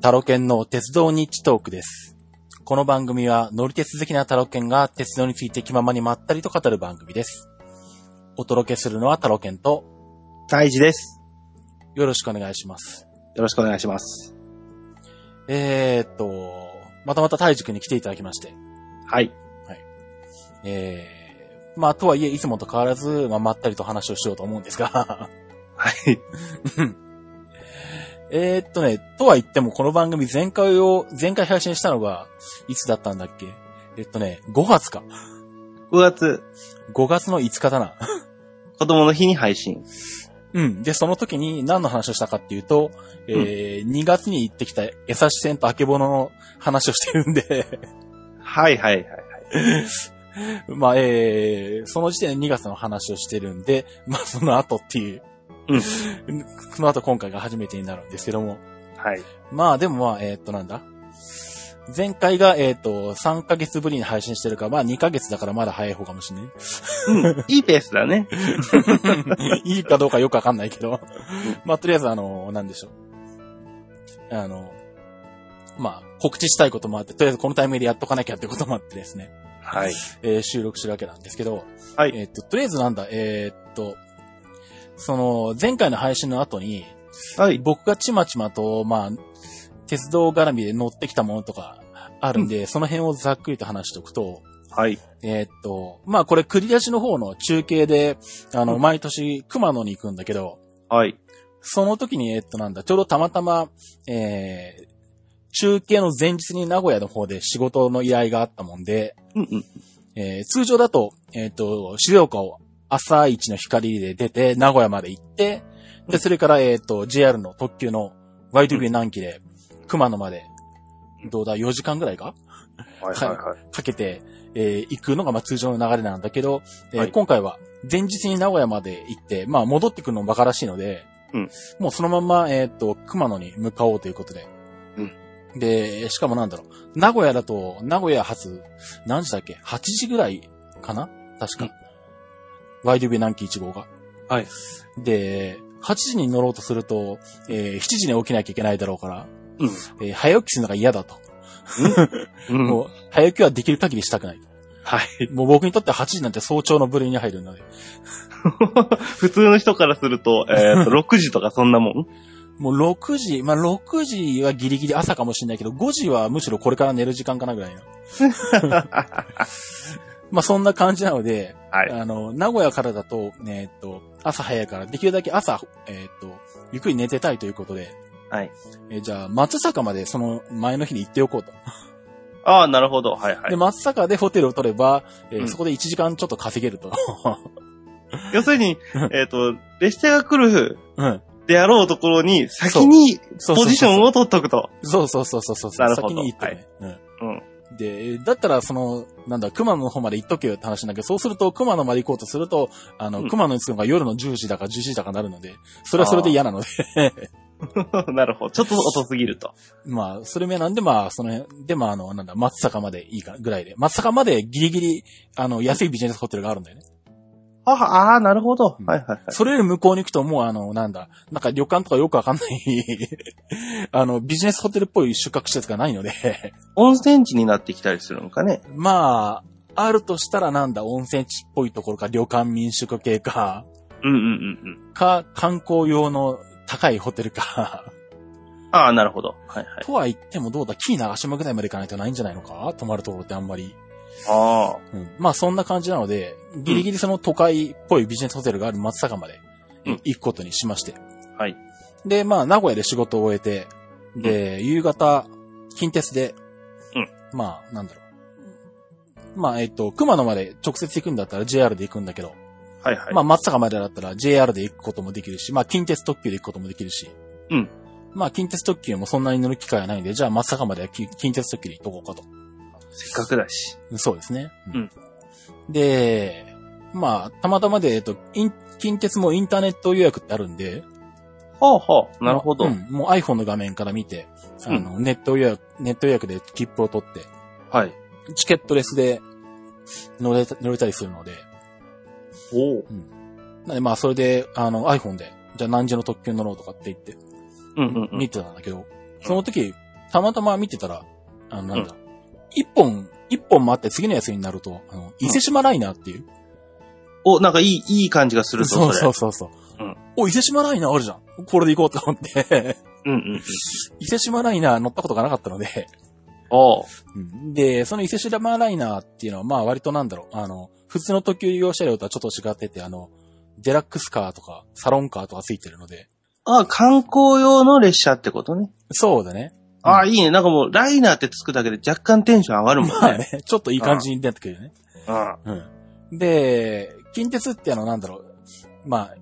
タロケンの鉄道ニッチトークです。この番組は乗り鉄好きなタロケンが鉄道について気ままにまったりと語る番組です。お届けするのはタロケンと大事です。よろしくお願いします。よろしくお願いします。えーっと、またまた大樹くんに来ていただきまして、はい。えー、まあとはいえいつもと変わらず、まあ、まったりと話をしようと思うんですが、 はい。えーっとね、とは言ってもこの番組前回を、前回配信したのが、いつだったんだっけえっとね、5月か。 5月、 5月の5日だな。子供の日に配信。うん。で、その時に何の話をしたかっていうと、えー2月に行ってきた優し線とあけぼのの話をしてるんで、 はいはいはいはい。まあ、えーその時点で2月の話をしてるんで、まあ、その後っていう、うんその後今回が初めてになるんですけども、はい。まあ、でもまあ、えーっと、なんだ前回が、えーっと、3ヶ月ぶりに配信してるから、まあ2ヶ月だからまだ早い方かもしれない。うん。いいペースだね。 いいかどうかよくわかんないけど。まあ、とりあえず、あの、なんでしょう。あの、まあ、告知したいこともあって、とりあえずこのタイミングでやっとかなきゃってこともあってですね、はい。えー収録してるわけなんですけど、はいえーっと、とりあえずなんだ、えーっと、その、前回の配信の後に、はい。僕がちまちまと、まあ、鉄道絡みで乗ってきたものとかあるんで、その辺をざっくりと話しておくと、はい。えーっと、まあこれ繰り出しの方の中継で、あの、うん毎年熊野に行くんだけど、はい。その時に、えーっとなんだ、ちょうどたまたま、えー、中継の前日に名古屋の方で仕事の依頼があったもんで、うんうん。えー通常だと、えーっと、静岡を朝一の光で出て、名古屋まで行って、で、それから、えーっと、JR の特急の YTB 南紀で、熊野まで、どうだ、4時間ぐらいかはいはいはい。かけて、えー行くのがまあ通常の流れなんだけど、えーはい今回は前日に名古屋まで行って、まあ戻ってくるのもバカらしいので、うんもうそのまんま、えーっと、熊野に向かおうということで。うんで、しかもなんだろう、名古屋だと、名古屋発、何時だっけ ?8 時ぐらいかな確か。YDB 南紀1号が。はい。で、8時に乗ろうとすると、えー7時に起きなきゃいけないだろうから、うんえー早起きするのが嫌だと。うん。もう、早起きはできる限りしたくない。はい。もう僕にとって8時なんて早朝の部類に入るので、普通の人からすると、え ーと、6時とかそんなもんもう6時、まあ6時はギリギリ朝かもしれないけど、5時はむしろこれから寝る時間かなぐらいの。 まあそんな感じなので、はい。あの、名古屋からだと、ね、えっと、朝早いから、できるだけ朝、えっと、ゆっくり寝てたいということで、はい。えじゃあ松坂までその前の日に行っておこうと。ああ、なるほど。はいはで、い。松坂でホテルを取れば、えーうんそこで1時間ちょっと稼げると。要するに、えっと、列車が来るうん。であろうところに、先にそうポそうそうそうジションを取っとくと。 そうそうそうそうそうそう。なるほど先に行ってね。うん。うん。で、だったら、その、なんだ、熊野の方まで行っとけよって話なんだけど、そうすると、熊野まで行こうとすると、あの、うん熊野に着くのが夜の10時だか11時だかなるので、それはそれで嫌なので、 なるほど。ちょっと遅すぎると。まあ、それ目なんで、まあ、その辺で、まあ、あの、なんだ、松坂までいいか、ぐらいで。松坂までギリギリ、あの、安いビジネスホテルがあるんだよね。ああ、あーなるほど。うんはいはいはい。それより向こうに行くと、もう、あの、なんだ、なんか旅館とかよくわかんない、 あの、ビジネスホテルっぽい宿泊施設がないので、温泉地になってきたりするのかね。まあ、あるとしたらなんだ、温泉地っぽいところか、旅館民宿系か、うんうんうんうん。か、観光用の高いホテルか。 ああ、なるほど。はいはい。とは言ってもどうだ、キー長島ぐらいまで行かないとないんじゃないのか泊まるところってあんまり。あうん、まあそんな感じなので、ギリギリその都会っぽいビジネスホテルがある松坂までうん行くことにしまして。あ、はい。で、まあ名古屋で仕事を終えて、で、夕方、近鉄で、うんまあ、なんだろう。まあ、えっと、熊野まで直接行くんだったら JR で行くんだけど、はいはい。まあ、松坂までだったら JR で行くこともできるし、まあ、近鉄特急で行くこともできるし。うん。まあ、近鉄特急もそんなに乗る機会はないんで、じゃあ松坂まではき近鉄特急で行っとこうかと。せっかくだし。そうですね。うん。で、まあ、たまたまで、えっと、イン近鉄もインターネット予約ってあるんで、ほうほう。なるほど。うん。もう iPhone の画面から見て、あの、ネット予約、ネット予約で切符を取って、はい。チケットレスで乗れた乗れたりするので、おお。なんでまあ、それで、あの、iPhone で、じゃあ何時の特急乗ろうとかって言って、うんうんうん。見てたんだけど、その時、たまたま見てたら、あの、なんだ、一、本、一本もあって次のやつになると、あの、伊勢島ライナーっていう。お、なんかいい、いい感じがするそうぞ、。そううそうそう。うんお、伊勢島ライナーあるじゃん。これで行こうと思 って。うんうんうん。伊勢島ライナー乗ったことがなかったので、おううんで、その伊勢島ライナーっていうのは、まあ割となんだろう、あの、普通の特急利用車両とはちょっと違ってて、あの、デラックスカーとか、サロンカーとかついてるので、ああ、観光用の列車ってことね。そうだね。ああ、いいね。なんかもう、ライナーってつくだけで若干テンション上がるもんね。まあね、 ちょっといい感じになってくるよね。うん。うん。で、近鉄ってあの、なんだろう、まあ、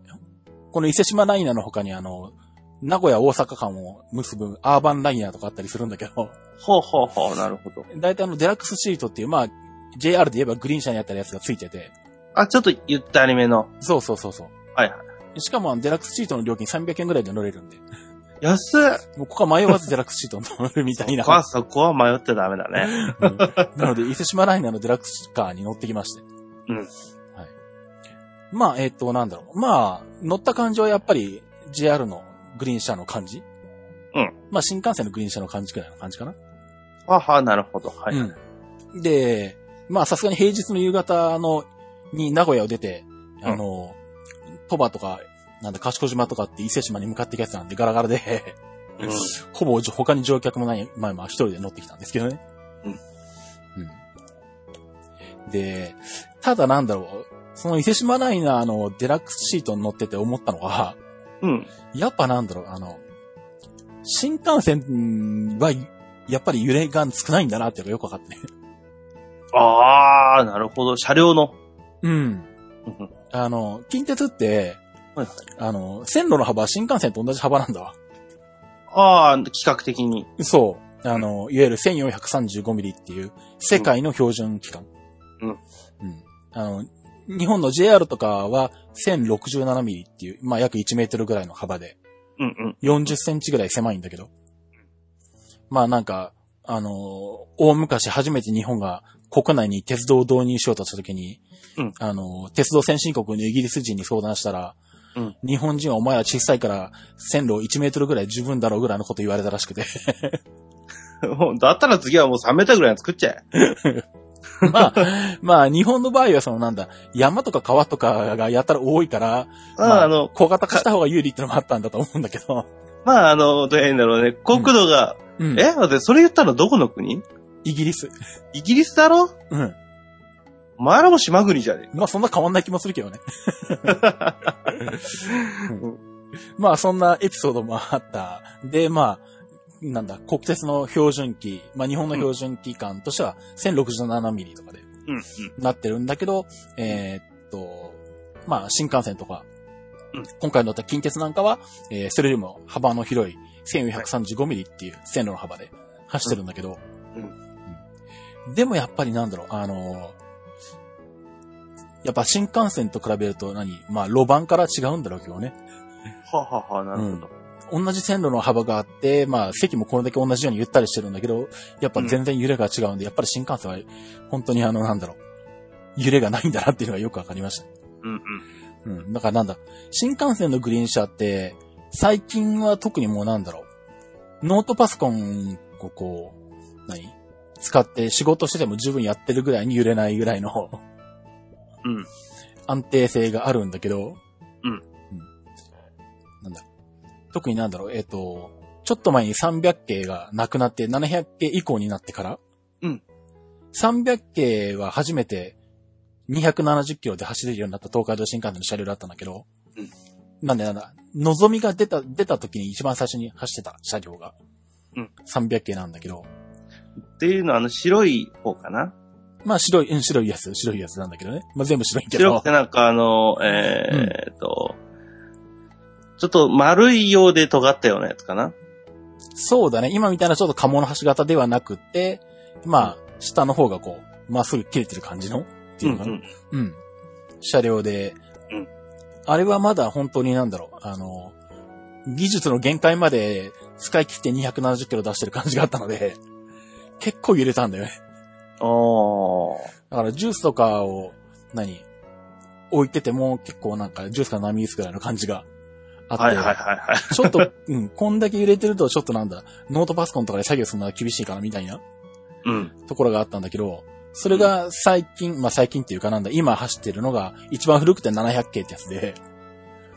この伊勢島ライナーの他にあの、名古屋大阪間を結ぶアーバンライナーとかあったりするんだけど、ほうほうほう、なるほど。大体あの、デラックスシートっていう、まあ、JR で言えばグリーン車にあったやつがついてて、あ、ちょっとゆったりめの。そうそうそうそう。はいはしかもあの、デラックスシートの料金300円ぐらいで乗れるんで、い。 安い。もうここは迷わずデラックスシートに乗るみたいな。そこは、そこは迷ってダメだね。うんなので、伊勢島ライナーのデラックスカーに乗ってきまして。うんはい。まあ、えっ、と、なんだろう。まあ、乗った感じはやっぱり JR のグリーン車の感じ。うん。まあ、新幹線のグリーン車の感じくらいの感じかな。はは、なるほど。はい。うん。で、まあ、さすがに平日の夕方の、に名古屋を出て、あの、鳥羽とか、なんだ、賢島とかって伊勢島に向かっていくやつなんでガラガラで、うんほぼ他に乗客もない、まあまあ一人で乗ってきたんですけどね。うんうん。で、ただなんだろう、その伊勢島ライナーのデラックスシートに乗ってて思ったのは、うん。やっぱなんだろう、あの、新幹線は、やっぱり揺れが少ないんだなっていうのがよくわかってね。ああ、なるほど。車両の。うん。うんうんあの、近鉄って、はいはいあの、線路の幅は新幹線と同じ幅なんだわ。ああ、企画的に。そう。あの、いわゆる 1435mm っていう世界の標準機関。うんうん。あの、日本の JR とかは 1067mm っていう、まあ、約1メートルぐらいの幅で、うんうん。 40センチぐらい狭いんだけど。まあなんか、あの、大昔初めて日本が国内に鉄道を導入しようとした時に、うんあの、鉄道先進国のイギリス人に相談したら、うん日本人はお前ら小さいから線路1メートルぐらい十分だろうぐらいのこと言われたらしくて。もうだったら次はもう3メーターぐらいの作っちゃえ。 まあ、まあ、日本の場合はそのなんだ、山とか川とかがやったら多いから、あ、まあ、あの、小型化した方が有利ってのもあったんだと思うんだけど。まあ、あの、どうやんだろうね。国土が、うんえ待って、それ言ったのどこの国イギリス。イギリスだろうん。お前らも島国じゃねまあ、そんな変わんない気もするけどね。 まあ、そんなエピソードもあった。で、まあ、なんだ、国鉄の標準機、まあ、日本の標準機関としては1067ミリとかでえ。うん、うん。なってるんだけど、えーっと、まあ、新幹線とか、うん今回乗った近鉄なんかは、えーそれよりも幅の広い1435ミリっていう線路の幅で走ってるんだけど、うんううんでもやっぱりなんだろう、あのーやっぱ新幹線と比べると何まあ、路盤から違うんだろうけどね。はあはあはあ、なるほど。同じ線路の幅があって、まあ、席もこれだけ同じようにゆったりしてるんだけど、やっぱ全然揺れが違うんで、やっぱり新幹線は、本当にあの、なんだろう、揺れがないんだなっていうのがよくわかりました。うん、うん。うん。だからなんだ、新幹線のグリーン車って、最近は特にもうなんだろう、ノートパソコンをこう、何使って仕事してても十分やってるぐらいに揺れないぐらいのうん。安定性があるんだけど、うんうんなんだ。特になんだろう、えっ、と、ちょっと前に300系がなくなって、700系以降になってから、うん。 300系は初めて270キロで走れるようになった東海道新幹線の車両だったんだけど、うん。なんでなんだ、望みが出た、出た時に一番最初に走ってた車両が、うん。 300系なんだけど、っていうのは、あの、白い方かなまあ白い、うん白いやつ、白いやつなんだけどね。まあ全部白いけど。白くてなんかあの、えーっと、ちょっと丸いようで尖ったようなやつかなそうだね。今みたいなちょっと鴨の橋型ではなくって、まあ、下の方がこう、まっすぐ切れてる感じのっていうのかな。うん、ん。車両で、うんあれはまだ本当になんだろう、あの、技術の限界まで使い切って270キロ出してる感じがあったので、結構揺れたんだよね。おー。だからジュースとかを、何置いてても結構なんかジュースが波打つくらいの感じがあって、はいはいはいはい。ちょっと、うん、こんだけ揺れてると、ちょっとなんだ、ノートパソコンとかで作業するのは厳しいかな、みたいなうん。ところがあったんだけど、それが最近、まあ最近っていうかなんだ、今走ってるのが、一番古くて 700K ってやつで、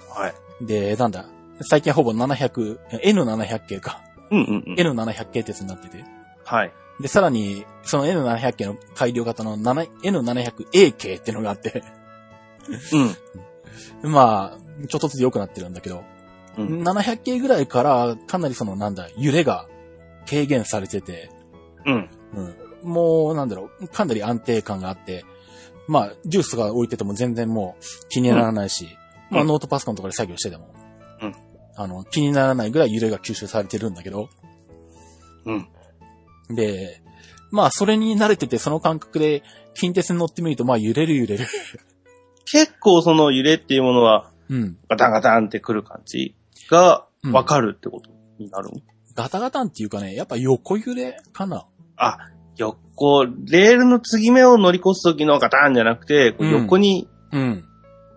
はい。で、なんだ、最近ほぼ700、N700K か。うんうんうん。 N700K ってやつになってて。はい。で、さらに、その N700K の改良型の 7- N700AK ってのがあって、 うん。まあ、ちょっとずつ良くなってるんだけど、うん 700K ぐらいから、かなりその、なんだ、揺れが軽減されてて、うん。うん。もう、なんだろう、かなり安定感があって、まあ、ジュースが置いてても全然もう気にならないし、うんまあ、うんノートパソコンとかで作業してても、うんあの、気にならないぐらい揺れが吸収されてるんだけど、うん。で、まあ、それに慣れてて、その感覚で、近鉄に乗ってみると、まあ、揺れる揺れる。 結構その揺れっていうものは、うん。ガタンガタンってくる感じがうんわかるってことになるの、ガタガタンっていうかね、やっぱ横揺れかな。あ、横、レールの継ぎ目を乗り越す時のガタンじゃなくて、こううん横にうん。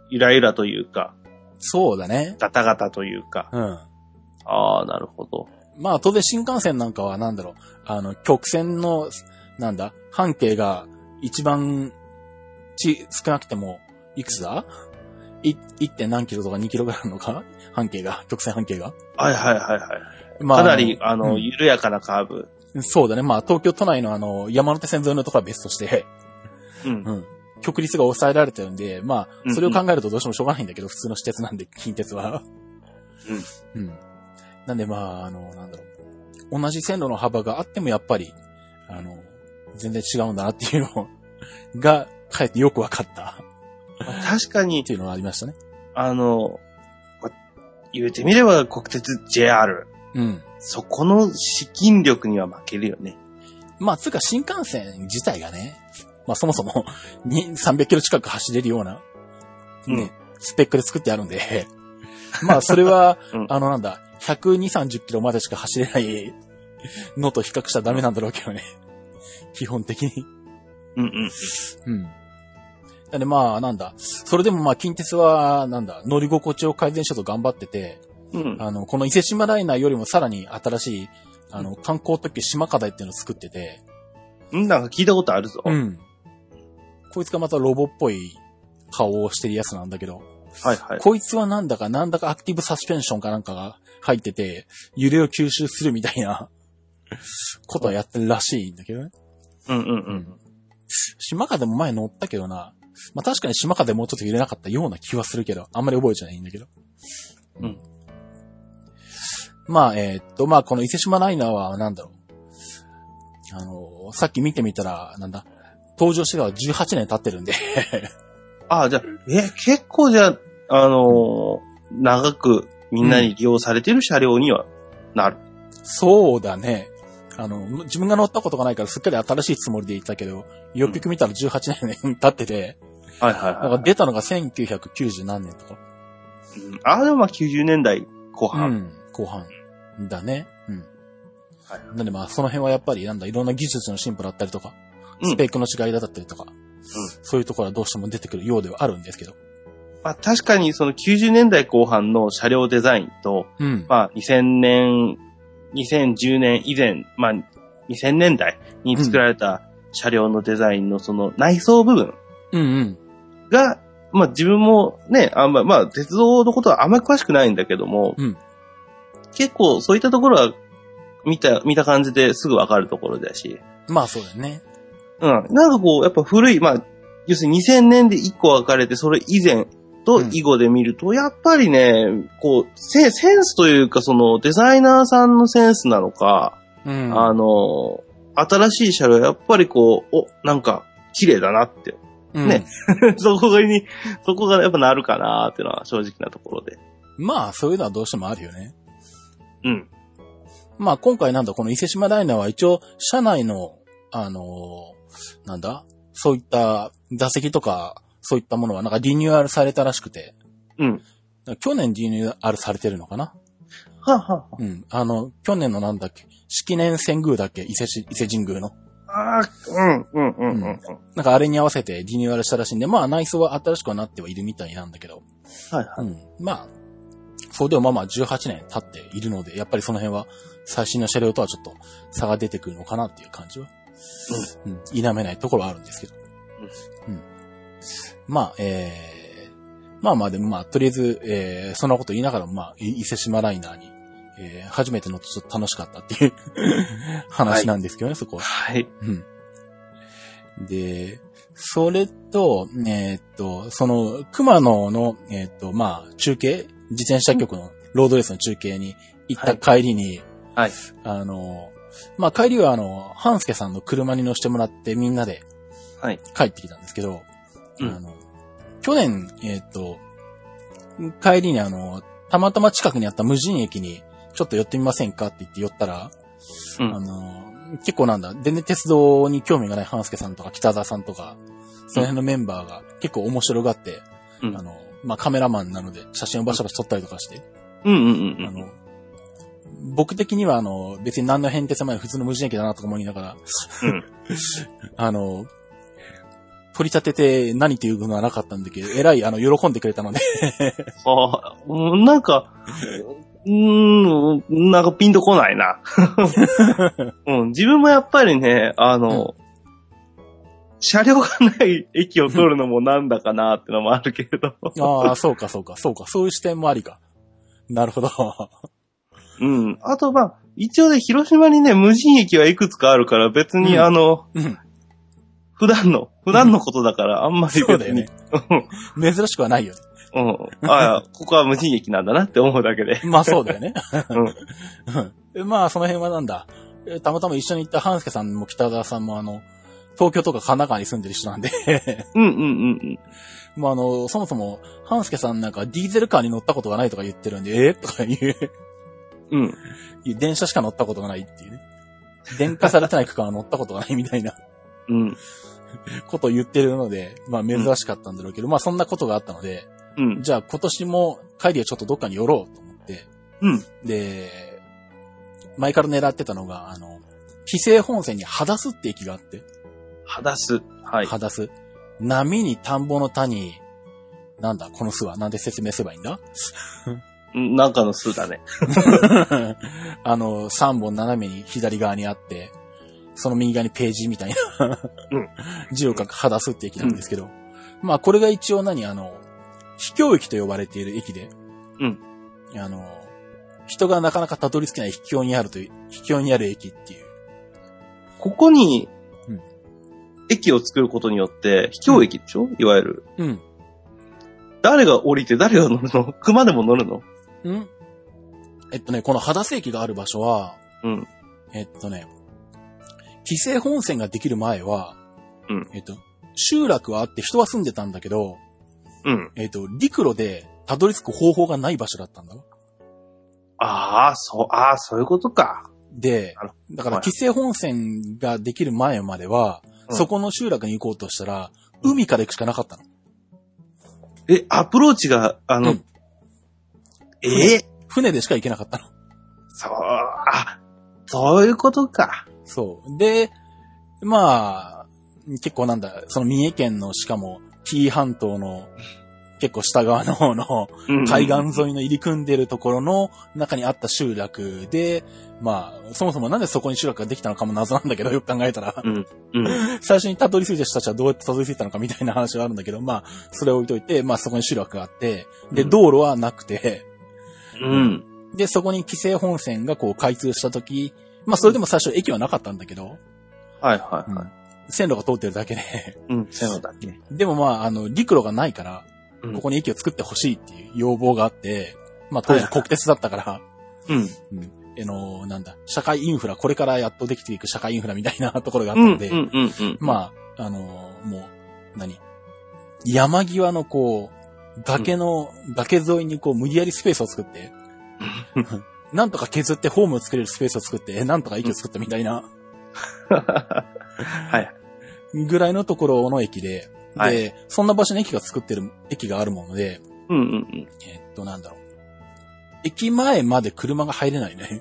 ゆらゆらというか、そうだね。ガタガタというか。うん。ああ、なるほど。まあ、当然新幹線なんかは、なんだろう、あの、曲線の、なんだ、半径が一番、ち、少なくても、いくつだい ?1. 点何キロとか2キロぐらいあるのか 半径が、曲線半径が。はいはいはいはい。まあ、かなり、あの、うん緩やかなカーブ。そうだね。まあ、東京都内のあの、山手線沿いのところは別として、うんう。ん。曲率が抑えられてるんで、まうあ、んうんそれを考えるとどうしてもしょうがないんだけど、普通の私鉄なんで、 近鉄は。うん。うん。なんで、まあ、あの、なんだろう。同じ線路の幅があっても、やっぱり、あの、全然違うんだなっていうの が、かえってよくわかった。 確かにっ、ていうのがありましたね。あの、ま言うてみれば国鉄 JR。うん。そこの資金力には負けるよね。まあ、つうか、新幹線自体がね、まあ、そもそも、 に300キロ近く走れるような、ね、うんスペックで作ってあるんで、 まあ、それは、うんあの、なんだ、120、30キロまでしか走れないのと比較しちゃダメなんだろうけどね。基本的に。うんうん。うん。なんで、まあ、なんだ、それでもまあ、近鉄は、なんだ、乗り心地を改善しようと頑張ってて、うん。あの、この伊勢島ライナーよりもさらに新しい、あの、観光特急島課題っていうのを作ってて、うんなんか聞いたことあるぞ。うはいん。こいつがまたロボっぽい顔をしてるやつなんだけど、はい。 こいつはなんだか、なんだかアクティブサスペンションかなんかが入ってて、揺れを吸収するみたい な、ことはやってるらしいんだけどね。うんうんうん。島かでも前乗ったけどな。まあ、確かに島かでもうちょっと揺れなかったような気はするけど、あんまり覚えてないんだけど。うん。まあ、えーっと、まあ、この伊勢島ライナーはなんだろう。あの、さっき見てみたら、なんだ、登場してから18年経ってるんで、ああ、じゃあ、え、結構じゃあ、あのー長くみんなに利用されてる車両にはなる。そうだね。あの、自分が乗ったことがないからすっかり新しいつもりでいたけど、よくよく見たら18年経ってて、はいはだいかはら出たのが1990何年とか。い。うんああ、でもまあ90年代後う半。ん。後半。だね。うん。はなんでまあ、その辺はやっぱり、なんだ、いろんな技術の進歩だったりとか、うんスペックの違いだったりとか、そういうところはどうしても出てくるようではあるんですけど。まあ確かにその90年代後半の車両デザインと、うん。まあ、2000年、2010年以前、まあ、2000年代に作られた車両のデザインのその内装部分うんうん。が、まあ自分もね、あんま、まあ鉄道のことはあんまり詳しくないんだけども、うん結構そういったところは見た、見た感じですぐわかるところだし、まあ、そうだよね。うん。なんかこう、やっぱ古い、まあ、要するに2000年で1個分かれて、それ以前と以後で見ると、やっぱりね、こう、セセンスというか、その、デザイナーさんのセンスなのか、うん。あの、新しい車両、やっぱりこう、お、なんか、綺麗だなって。うんね。 そこに、そこがやっぱなるかなっていうのは正直なところで。まあ、そういうのはどうしてもあるよね。うん。まあ今回なんだ、この伊勢島ライナーは一応、車内の、あのーなんだ、そういった座席とか、そういったものはなんかリニューアルされたらしくて、うん。去年リニューアルされてるのかなはあ、はうん。あの、去年のなんだっけ、式年遷宮だっけ伊勢し、伊勢神宮の。あ、あーうん、うん、うん、うんうん。なんかあれに合わせてリニューアルしたらしいんで、まあ内装は新しくはなってはいるみたいなんだけど。はい、はい。うん。まあ、それでもまあまあ18年経っているので、やっぱりその辺は最新の車両とはちょっと差が出てくるのかなっていう感じは、うん、否めないところはあるんですけど。うん。まあ、えー、まあまあでもまあ、とりあえず、えー、そんなこと言いながらもまあ、い伊勢島ライナーに、えー、初めて乗ってちょっと楽しかったって いう話なんですけどね、そこは。はい。うん。で、それと、えーっと、その、熊野の、えーっと、まあ、中継、自転車局のロードレースの中継に行った帰りに、はい。あの、まあ、帰りはあの、半助さんの車に乗せてもらってみんなではい。帰ってきたんですけど、うんあの、去年、えーっと、帰りにあの、たまたま近くにあった無人駅に、ちょっと寄ってみませんかって言って寄ったら、うあん。の、結構なんだ、全然鉄道に興味がない半助さんとか北田さんとか、その辺のメンバーが結構面白がって、うんあの、まあ、カメラマンなので写真をバシャバシャ撮ったりとかして、うんうんうあんの、僕的にはあの、別に何の変哲もない普通の無人駅だなとか思いながら、うん。 あの、取り立てて何というのはなかったんだけど、えらいあの、喜んでくれたので、 ああ、うんなんか、うーん、なんかピンとこな いな。うん、自分もやっぱりね、あの、車両がない駅を取るのもなんだかなってのもあるけれど。ああ、そうかそうかそうか、そういう視点もありか。なるほど。 うん。あとまあ、一応ね、広島にね、無人駅はいくつかあるから、別に、うんあの、うん普段の、普段のことだから、あんまりそうだ別よにね。。珍しくはないよね。うん。あ あ、ここは無人駅なんだなって思うだけで。 まあそうだよね。 うんうん。まあその辺はなんだ。えたまたま一緒に行った半助さんも北沢さんもあの、東京とか神奈川に住んでる人なんで、 うんうんうんまああの、そもそも、半助さんなんかディーゼルカーに乗ったことがないとか言ってるんで、えーとかいう、 うん。うん。いう電車しか乗ったことがないっていうね。電化されてない区間は乗ったことがないみたいなうん。ことを言ってるので、まあ珍しかったんだろうけど、まあそんなことがあったので、うん。じゃあ今年も帰りはちょっとどっかに寄ろうと思って、うん。で、前から狙ってたのが、あの、紀勢本線にハすって駅があって、はだす。はい。ハダス波に田んぼの谷、なんだ、この巣は、なんで説明すればいいんだうんなんかの数だね。 あの、3本斜めに左側にあって、その右側にページみたいな、うん字を書くハすって駅なんですけど、まあこれが一応何、あの、秘境駅と呼ばれている駅で、うんあの、人がなかなかたどり着けない秘境にあるという、秘境にある駅っていう、ここにうん、駅を作ることによって、秘境駅でしょいわゆる。うん。誰が降りて誰が乗るの熊でも乗るのんえっとね、この肌世紀がある場所は、うん。えっとね、紀勢本線ができる前は、うんえっと、集落はあって人は住んでたんだけど、うん。えっと、陸路でたどり着く方法がない場所だったんだわ。ああ、そう、ああ、そういうことか。であら、だからはい紀勢本線ができる前までは、うんそこの集落に行こうとしたら、うん海から行くしかなかったの。え、アプローチが、あの、うんええ船でしか行けなかったの。そう、あ、そういうことか。そう。で、まあ、結構なんだ、その三重県のしかも、紀伊半島の結構下側の方のうん海岸沿いの入り組んでるところの中にあった集落で、まあ、そもそもなんでそこに集落ができたのかも謎なんだけど、よく考えたら、うん。最初にたどり着いた人たちはどうやってたどり着いたのかみたいな話はあるんだけど、まあ、それを置いといて、まあそこに集落があって、で、うん道路はなくて、うん。で、そこに規制本線がこう開通した時、まあそれでも最初駅はなかったんだけど、はいはいははい線路が通ってるだけで、 い。うん、そういうのだっけ。でもまあ、あの、陸路がないからう、んここに駅を作ってほしいっていう要望があって、まあ当時国鉄だったから、うん。あの、なんだ、社会インフラ、これからやっとできていく社会インフラみたいなところがあっうたん、うんん、で、うん、うん。まあ、あの、もう、何山際のこう、崖の、崖沿いにこう、無理やりスペースを作って、なんとか削ってホームを作れるスペースを作って、なんとか駅を作ったみたいな、はい。ぐらいのところの駅で、で、はいそんな場所に駅が作ってる、駅があるもので、 うん、うん、うん。えっと、なんだろう。駅前まで車が入れないね。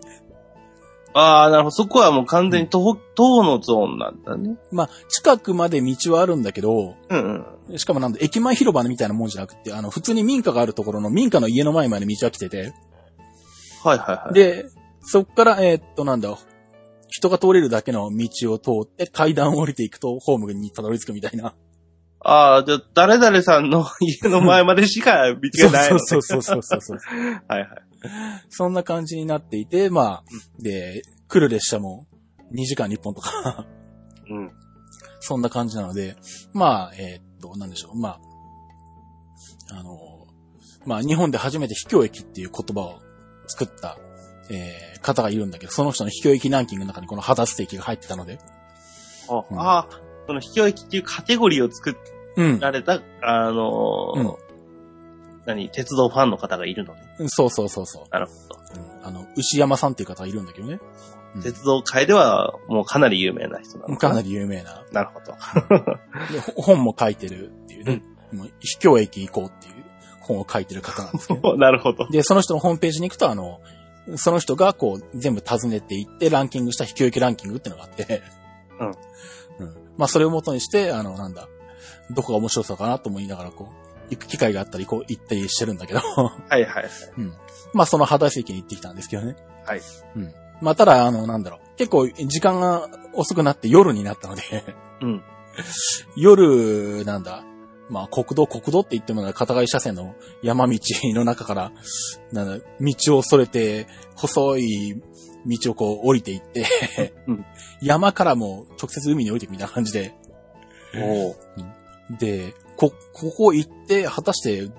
ああ、なるほど。そこはもう完全に徒歩、徒歩のゾーンなんだね。 まあ、近くまで道はあるんだけど、うんうん。しかもなんだ、駅前広場みたいなもんじゃなくて、あの、普通に民家があるところの民家の家の前まで道は来てて、はいはいはい。で、そっから、えーっと、なんだ、人が通れるだけの道を通って階段を降りていくとホームにたどり着くみたいな。ああ、じゃあ、誰々さんの家の前までしか道がないの、ね。 そうそうそうそうそうそう。はいはい。そんな感じになっていて、まあ、で、来る列車も2時間に1本とか、 うん。そんな感じなので、まあ、えーっと、なんでしょう、まあ、あの、まあ、日本で初めて秘境駅っていう言葉を作った、えー方がいるんだけど、その人の秘境駅ランキングの中にこの肌捨て駅が入ってたので、あ、うんあー、その、秘境駅っていうカテゴリーを作うん。られた、あのーうん何、鉄道ファンの方がいるのね。そうそうそうそう。なるほど。うんあの、牛山さんっていう方がいるんだけどね。うん鉄道界では、もうかなり有名な人なのかなり。り有名な。なるほど。 で、ほ本も書いてるっていうね。もう秘境駅行こうっていう本を書いてる方なんです けど。なるほど。で、その人のホームページに行くと、あの、その人がこう、全部訪ねていって、ランキングした秘境駅ランキングってのがあって。うん。まあ、それを元にして、あの、なんだ、どこが面白そうかなと思いながら、こう、行く機会があったり、こう、行ったりしてるんだけど。はいはいはい。まあ、その肌席に行ってきたんですけどね。はい。うん。まあ、ただ、あの、なんだろう。結構、時間が遅くなって夜になったので。 うん。夜、なんだ。まあ、国道、国道って言っても、片側一車線の山道の中から、なんだ、道をそれて、細い道をこう降りていって、うん 山からもう直接海に降りていくみたいな感じで。おーで、こ、ここ行って、果たして、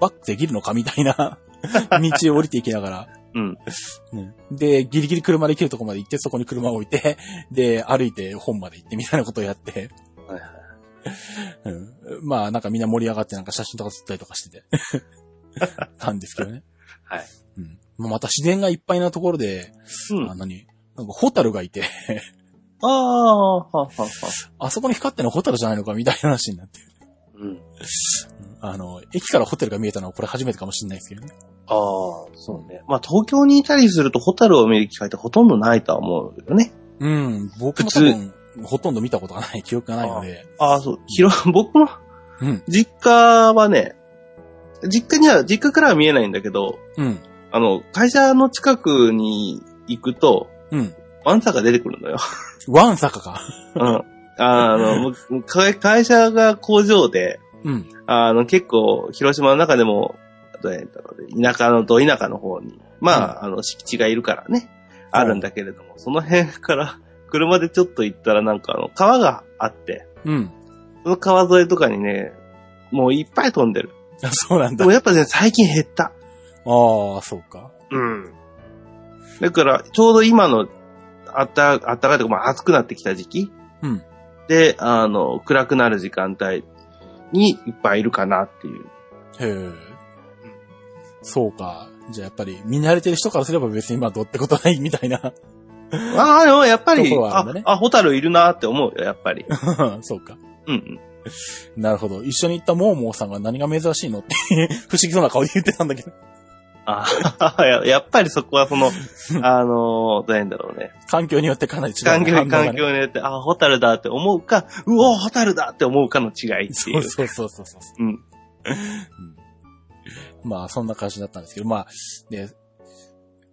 バックできるのかみたいな 道を降りていきながら。うん。ねで、ギリギリ車で行けるとこまで行って、そこに車を置いて、 で、歩いて本まで行ってみたいなことをやって。はいはうん。まあ、なんかみんな盛り上がって、なんか写真とか撮ったりとかして て。たんですけどね。はい。うん。まあまた自然がいっぱいなところで、うんあ、。何なんかホタルがいて、ああ、ははは。あそこに光ってるのホタルじゃないのかみたいな話になって。うん。あの、駅からホテルが見えたのはこれ初めてかもしれないですけどね。ああ、そうね。まあ、東京にいたりすると、ホタルを見る機会ってほとんどないとは思うよね。うん。僕も多普通分、ほとんど見たことがない、記憶がないので。ああ、そう。広、 僕も、うん。実家はね、実家には、実家からは見えないんだけど、うん。あの、会社の近くに行くと、うん。ワンサが出てくるのよ。 ワンサカか。うん。あ の、もうもう会会社が工場で、うん。あの、結構、広島の中でも、どうやったので田舎の、ど田舎の方に、まあ、あの、敷地がいるからね、あるんだけれども、その辺から、 車でちょっと行ったらなんかあの、川があって、うん。その川沿いとかにね、もういっぱい飛んでる。あそうなんでだ。もやっぱね、最近減った。ああ、そうか。うん。だから、ちょうど今の、あった、あったかいとか、まあ暑くなってきた時期うん。で、あの、暗くなる時間帯にいっぱいいるかなっていう。へえ。そうか。じゃあやっぱり、見慣れてる人からすれば別に今どうってことないみたいな。 ああ、でもやっぱりとこ、ろはあるんあだね、あ、ホタルいるなって思うよ、やっぱり。そうか。うんうん。なるほど。一緒に行ったモーモーさんが何が珍しいのって 不思議そうな顔で言ってたんだけど。あ あ、ややっぱりそこはその、 あのー、どうやんだろうね。環境によってかなり違うな、環境、反応が環ね境によって、あ、ホタルだって思うか、うお、ホタルだって思うかの違いっていう。そうそうそうそうそう。うんうんまあ、そんな感じだったんですけど、まあ、ね、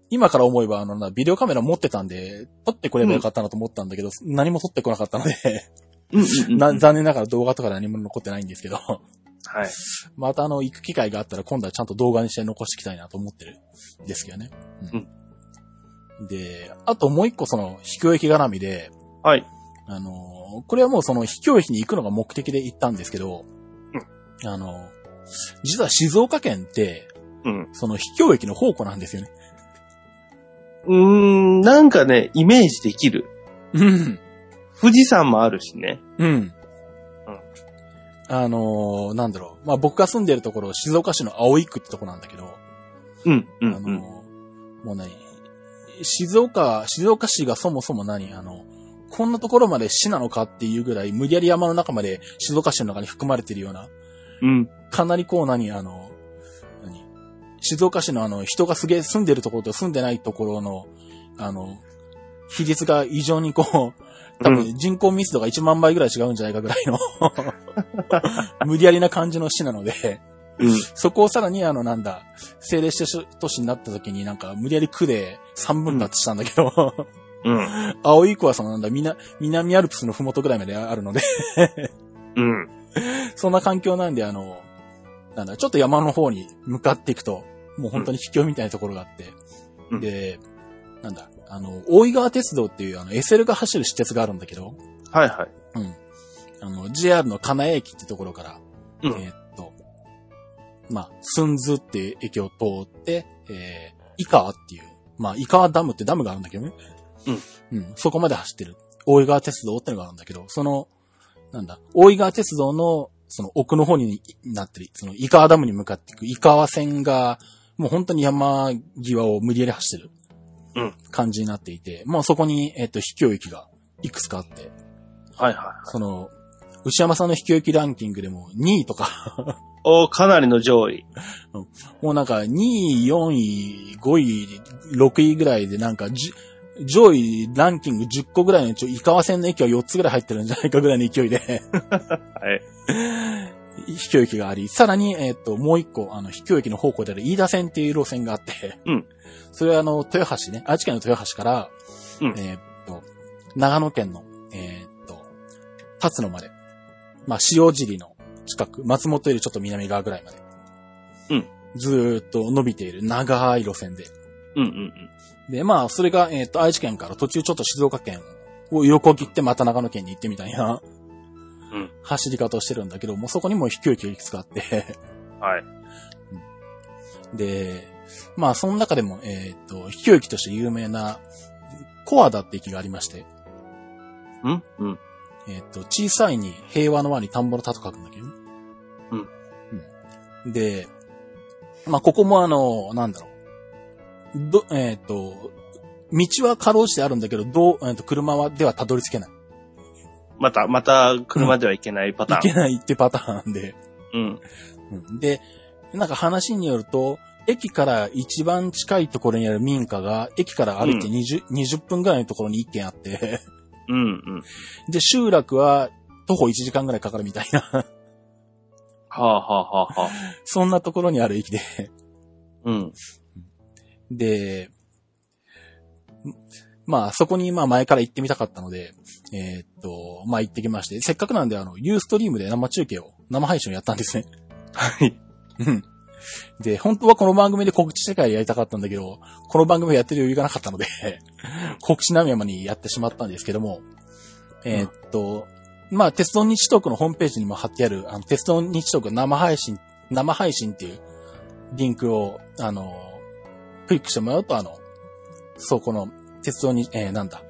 今から思えば、あのな、ビデオカメラ持ってたんで、撮ってくればよかったなと思ったんだけど、何も撮ってこなかったので、うんうんうん。な残念ながら動画とか何も残ってないんですけど、 はい。またあの、行く機会があったら今度はちゃんと動画にして残していきたいなと思ってるんですけどね。で、あともう一個その、秘境駅絡みで、はい。あのー、これはもうその秘境駅に行くのが目的で行ったんですけど、あのー、実は静岡県って、うん。その秘境駅の宝庫なんですよね。うーん、なんかね、イメージできる。うん。富士山もあるしね。うん。あのー、なんだろう。まあ、僕が住んでるところ、静岡市の青井区ってとこなんだけど、うん、うん、あうの、ん。もう何静岡、静岡市がそもそも何あの、こんなところまで市なのかっていうぐらい、無理やり山の中まで静岡市の中に含まれてるような、うん。かなりこう何あの、何静岡市のあの、人がすげえ住んでるところと住んでないところの、あの、比率が異常にこう、多分人口密度が1万倍ぐらい違うんじゃないかぐらい の無理やりな感じの市なので、うん。そこをさらにあのなんだ、政令して都市になった時になんか無理やり区で3分割したんだけど、うん。青い区はそのなんだ、みな、南アルプスのふもとぐらいまであるので、うん。そんな環境なんであの、なんだ、ちょっと山の方に向かっていくと、もう本当に秘境みたいなところがあって、うんで、なんだ、あの、大井川鉄道っていうあの SL が走る私鉄があるんだけど、はいはうい。ん。あの、JR の金谷駅ってところから、うんえーっと、まあ、寸図っていう駅を通って、えー、井川っていう、まあ、井川ダムってダムがあるんだけどね。うん。うん。そこまで走ってる。大井川鉄道ってのがあるんだけど、その、なんだ、大井川鉄道の、その奥の方になってる、その井川ダムに向かっていく井川線が、もう本当に山際を無理やり走ってる。うん感じになっていて、まあそこに、えーっと、秘境駅がいくつかあって、はいはい。その、牛山さんの引き受きランキングでも2位とか、おーかなりの上位。もうなんか2位、4位、5位、6位ぐらいでなんかじゅ上位ランキング10個ぐらいのちょ、イカワ線の駅は4つぐらい入ってるんじゃないかぐらいの勢いで、はい。 引き受きがあり、さらに、えっ、と、もう1個、あの、引き受きの方向である飯田線っていう路線があって、うんそれはあの、豊橋ね、愛知県の豊橋から、うんえっ、と、長野県の、えっ、と、辰野まで、まあ、塩尻の近く、松本よりちょっと南側ぐらいまで。うんずーっと伸びている長い路線で。うんうんで、まあ、それが、えっ、と、愛知県から途中ちょっと静岡県を横切ってまた長野県に行ってみたいな、うん走り方をしてるんだけど、もうそこにも飛距離がいくつかあって、 うん。はい。で、まあ、その中でも、えっ、と、飛距離として有名な、コアダって駅がありまして、うんうん。えっ、と、小さいに平和の輪に田んぼの田と書くんだけど。うん。うん。で、まあ、ここもあの、なんだろう。ど、えっ、と、道はかろうじてあるんだけど、どう、えっ、と、車は、ではたどり着けない。また、また、車ではいけないパタ行けーン。ないってパターンで。うん。うん。で、なんか話によると、駅から一番近いところにある民家が、駅から歩いて20、20分ぐらいのところに一軒あって、うんうん。で、集落は徒歩1時間ぐらいかかるみたいな、 はあはあはあはあ。そんなところにある駅で、うん。で、まあ、そこに、まあ、前から行ってみたかったので、えーっと、まあ、行ってきまして、せっかくなんで、あの、ユーストリームで生中継を、生配信をやったんですね。はい。うん。で、本当はこの番組で告知世界やりたかったんだけど、この番組をやってる余裕がなかったので、 告知並山にやってしまったんですけども、えーっと、まあ、鉄道日トークのホームページにも貼ってある、あの、鉄道日トーク生配信、生配信っていうリンクを、あの、クリックしてもらうと、あの、そう、この、鉄道に、えーなんだ、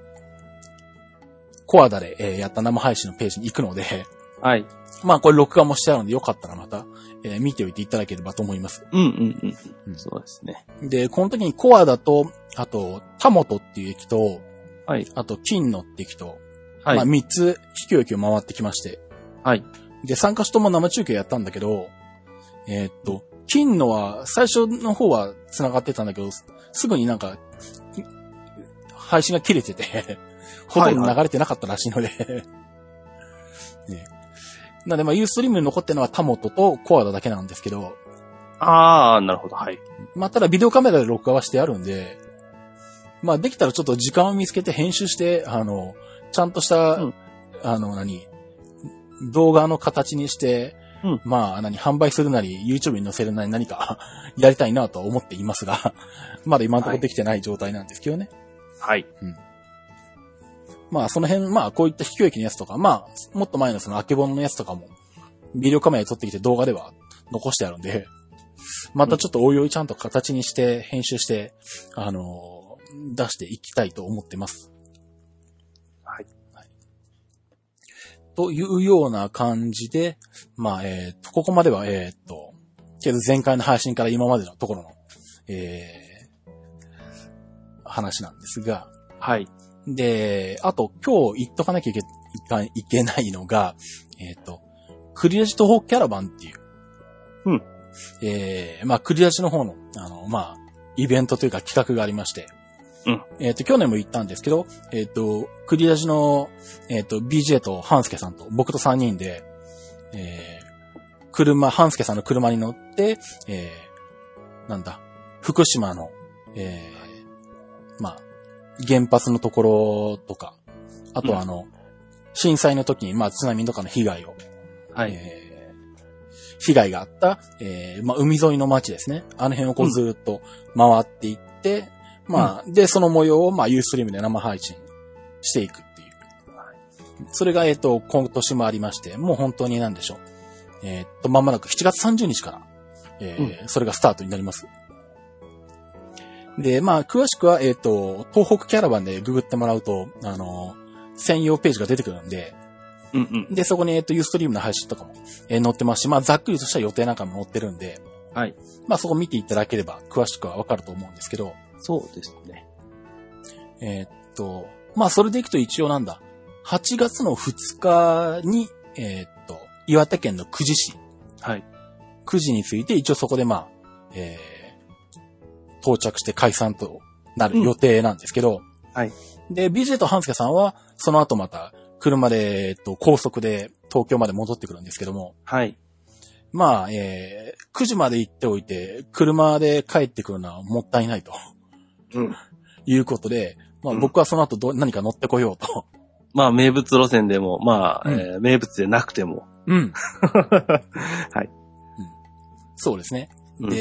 コアダで、えーやった生配信のページに行くので、 はい。まあこれ録画もしてあるのでよかったらまた、えー見ておいていただければと思います。うんうんううんん。そうですね。で、この時にコアだと、あと、タモトっていう駅と、はい。あと、金野って駅と、はい。まあ3つ、秘境駅を回ってきまして。はい。で、3カ所とも生中継やったんだけど、えーっと、金野は、最初の方は繋がってたんだけど、すすぐになんか、い配信が切れてて、 ほとんど流れてなかったらしいので、 ね。なんで、まあ、ユーストリームに残ってるのはタモトとコアダだけなんですけど、ああ、なるほど。はい。まあ、ただビデオカメラで録画はしてあるんで、まあ、できたらちょっと時間を見つけて編集して、あの、ちゃんとした、うんあの、何、動画の形にして、うんまあ、何、販売するなり、YouTube に載せるなり何か やりたいなとは思っていますが、 まだ今のところできてない状態なんですけどね。はい。まあ、その辺、まあ、こういった秘境駅のやつとか、まあ、もっと前のその、あけぼののやつとかも、ビデオカメラで撮ってきて動画では残してあるんで、またちょっとおいおいちゃんと形にして、編集して、あのー出していきたいと思ってます。はい。というような感じで、まあ、えー、と、ここまでは、えー、っと、けど前回の配信から今までのところの、えー、話なんですが、はい。で、あと今日言っとかなきゃいけいかいけないのが、えっ、と、クリアジ東方キャラバンっていう。うん。えー、まあ、クリアジの方の、あの、まあ、イベントというか企画がありまして。うんえっ、と、去年も行ったんですけど、えっ、と、クリラジの、えっ、と、BJ とハンスケさんと僕と3人で、えー、車、ハンスケさんの車に乗って、えー、なんだ、福島の、えー、まあ、原発のところとか、あとはあの、震災の時に、まあ、津波とかの被害を、はい。えー被害があった、えーまあ、海沿いの町ですね。あの辺をこうずーっと回っていって、まあ、で、その模様を、まあ、ユーストリームで生配信していくっていう。それが、えっ、と、今年もありまして、もう本当に何でしょう。えーっと、まもなく7月30日から、えーそれがスタートになります。で、まあ、詳しくは、えーっと、東北キャラバンでググってもらうと、あの、専用ページが出てくるんで、うんうん。で、そこに、えっと、ユーストリームの配信とかも、えー載ってますし、まあ、ざっくりとした予定なんかも載ってるんで、はい。まあ、そこ見ていただければ、詳しくはわかると思うんですけど、そうですね。えーっと、まあ、それでいくと一応なんだ、8月の2日に、えーっと、岩手県の久慈市、はい。 9時について、一応そこでまあ、えー、到着して解散となる予定なんですけど、はい。で、BJ と半助さんは、その後また、車で、えーっと、高速で東京まで戻ってくるんですけども、はい。まあ、えー、9時まで行っておいて、車で帰ってくるのはもったいないと うん。いうことで、まあうん僕はその後どう何か乗ってこようと。まあ、名物路線でも、まあ、うんえー名物でなくても。 うん。はい。 そうですね。うんで、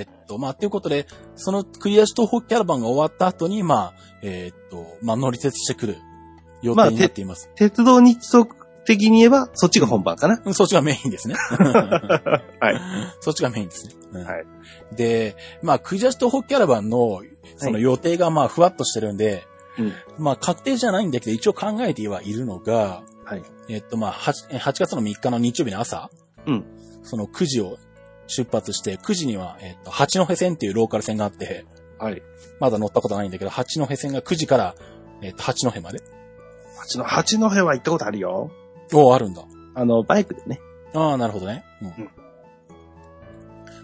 えーっと、まあ、ということで、そのクリアし東北キャラバンが終わった後に、まあ、えーっと、まあ、乗り鉄してくる予定になっています。鉄道日則的に言えば、そっちが本番かな。うんそっちがメインですね。 はい。そっちがメインですね。うんはいで、まあ、クジャシ東北キャラバンの、その予定がまあ、ふわっとしてるんで、うんまあ、確定じゃないんだけど、一応考えてはいるのが、はい。えっと、まあ8、8月の3日の日曜日の朝、うんその9時を出発して、9時には、えっと、八戸線っていうローカル線があって、はい。まだ乗ったことないんだけど、八戸線が9時から、えっと、八戸まで。八の、八の辺は行ったことあるよ。おーあるんだ。あの、バイクでね。ああ、なるほどね。うん。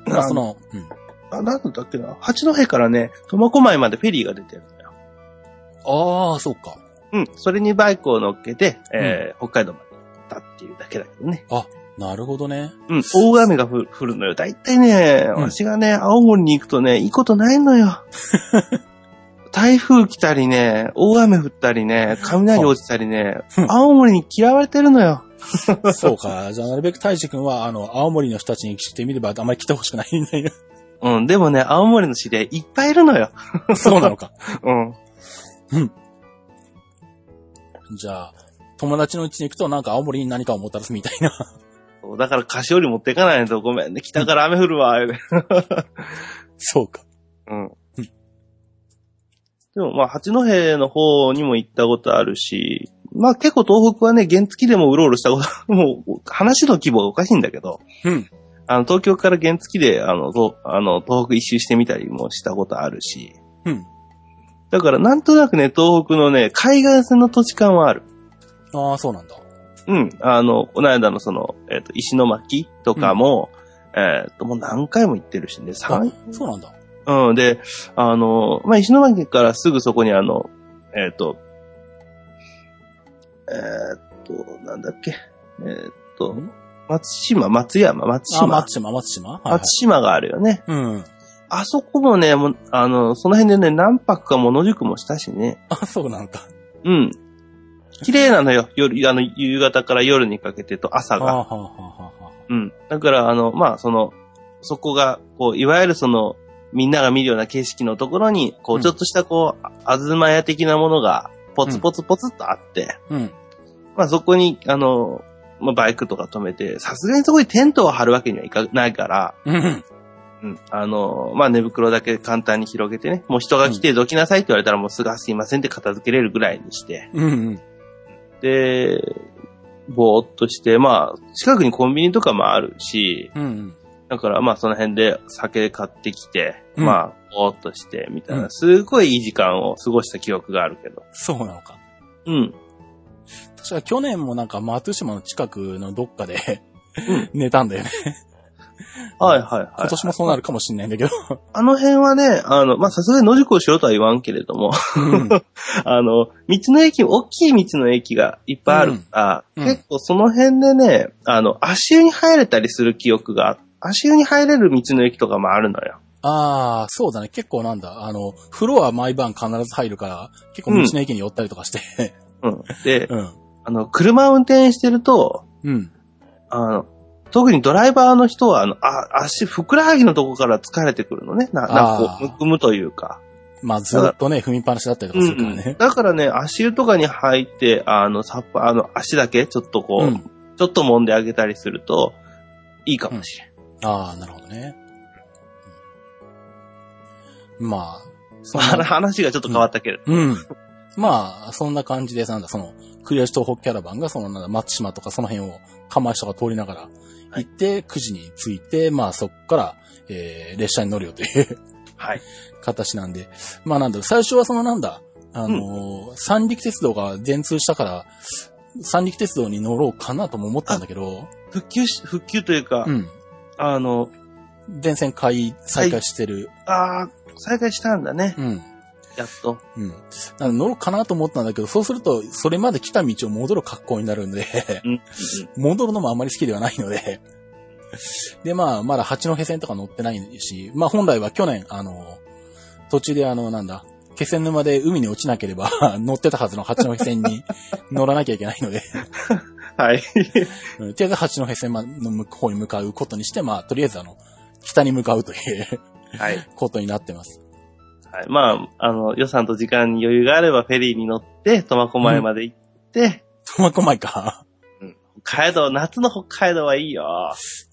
まあ、あその、の、うん。あなんだったっけな。八の辺からね、苫小牧までフェリーが出てるんだよ。ああ、そうか。うん。それにバイクを乗っけて、えー北海道まで行ったっていうだけだけどね。なるほど ね。うん。大雨が降る降るのよ。だいたいね、うんわしがね、青森に行くとね、いいことないの よ。台風来たりね、大雨降ったりね、雷落ちたりね、うん青森に嫌われてるのよ。そうか。じゃあ、なるべく大志くんは、あの、青森の人たちに来てみれば、あんまり来てほしくないん だよ。うん、でもね、青森の知り合いいっぱいいるのよ。そうなのか。うん。じゃあ、友達のうちに行くと、なんか青森に何かをもたらすみたいな。そうだから菓子折り持っていかないとごめんね。北から雨降るわ。言うてそうか。うん。でもまあ、八戸の方にも行ったことあるし、まあ結構東北はね、原付でもうろうろしたこと、 もう話の規模がおかしいんだけど、うん。あの、東京から原付で、あの、とあの東北一周してみたりもしたことあるし、うん。だからなんとなくね、東北のね、海岸線の土地感はある。ああ、そうなんだ。うん。あの、この間のその、えっ、と、石巻とかも、えっ、と、もう何回も行ってるしね、あ三そうなんだ。うん。で、あの、まあ、石巻からすぐそこにあの、えっ、と、えっ、と、なんだっけ、えっ、とん、松島、松山、松あ、島、松島、松島。はいはい松島があるよね。うん。あそこもね、もうあの、その辺でね、何泊か物宿もしたしね。あ、そうなんだ。うん。綺麗なのよ。夜、あの、夕方から夜にかけてと朝あーはが。あ、はあ、はあ、はうん。だから、あの、まあ、その、そこが、こう、いわゆるその、みんなが見るような景色のところに、こうんう、ちょっとした、こう、あずまや的なものが、ポツポツポツっとあって、あ。うん。まあ、そこに、あの、まあ、バイクとか止めて、さすがにそこにテントを張るわけにはいかないから、うん。うん。あの、まあ、寝袋だけ簡単に広げてね、もう人が来てどきなさいって言われたらもうすぐあすいませんって片付けれるぐらいにして、うん。うん。で、ぼーっとして、まあ、近くにコンビニとかもあるし、うん。だからまあその辺で酒買ってきて、うんまあ、ぼーっとして、みたいうな、んすごいいい時間を過ごした記憶があるけど。そうなのか。うん。確か去年もなんか松島の近くのどっかで寝たんだよね。はいはいはい。今年もそうなるかもしんないんだけど。あの辺はね、あの、まあ、さすがに野宿をしろとは言わんけれども、 うんあの、道の駅、大きい道の駅がいっぱいあるから、うん結構その辺でね、あの、足湯に入れたりする記憶が、足湯に入れる道の駅とかもあるのよ。ああ、そうだね。結構なんだ。あの、風呂は毎晩必ず入るから、結構道の駅に寄ったりとかして。うん。で、うん。あの、車を運転してると、うん。あの、特にドライバーの人は、あの、あ足、ふくらはぎのとこから疲れてくるのね。な、なんかあこーう、むくむというか。まあ、ずっとね、踏みっぱなしだったりとかするからうんうんね。だからね、足湯とかに入って、あの、さっぱ、あの、足だけ、ちょっとこう、うん。ちょっと揉んであげたりすると、いいかもしれん。ああ、なるほどね。うんまあ、そんまあな、 話がちょっと変わったけれど。うん。まあ、そんな感じで、なんだ、その、クリアし東北キャラバンが、その、なんだ、松島とかその辺を、釜石とか通りながら行って、9時に着いて、まあ、そっから、えー、列車に乗るよという。はい。形なんで。まあなんだろう、最初はそのなんだ、あのー三陸鉄道が全通したから、三陸鉄道に乗ろうかなとも思ったんだけど、復旧し、復旧というか、うん。あの、電線開、再開してる。ああ、再開したんだね。うん。やっと。うん。なんで乗ろうかなと思ったんだけど、そうすると、それまで来た道を戻る格好になるんで、 うん。うん戻るのもあんまり好きではないので。で、まあ、まだ八戸線とか乗ってないし、まあ本来は去年、あの、途中であの、なんだ、気仙沼で海に落ちなければ 乗ってたはずの八戸線に乗らなきゃいけないので、 はい。うんとりあえず八戸線まの向こうに向かうことにして、まあ、とりあえずあの、北に向かうという はい。ことになってます。はい。まあ、あの、予算と時間に余裕があれば、フェリーに乗って、苫小牧まで行って、苫小牧か。北海道、夏の北海道はいいよ。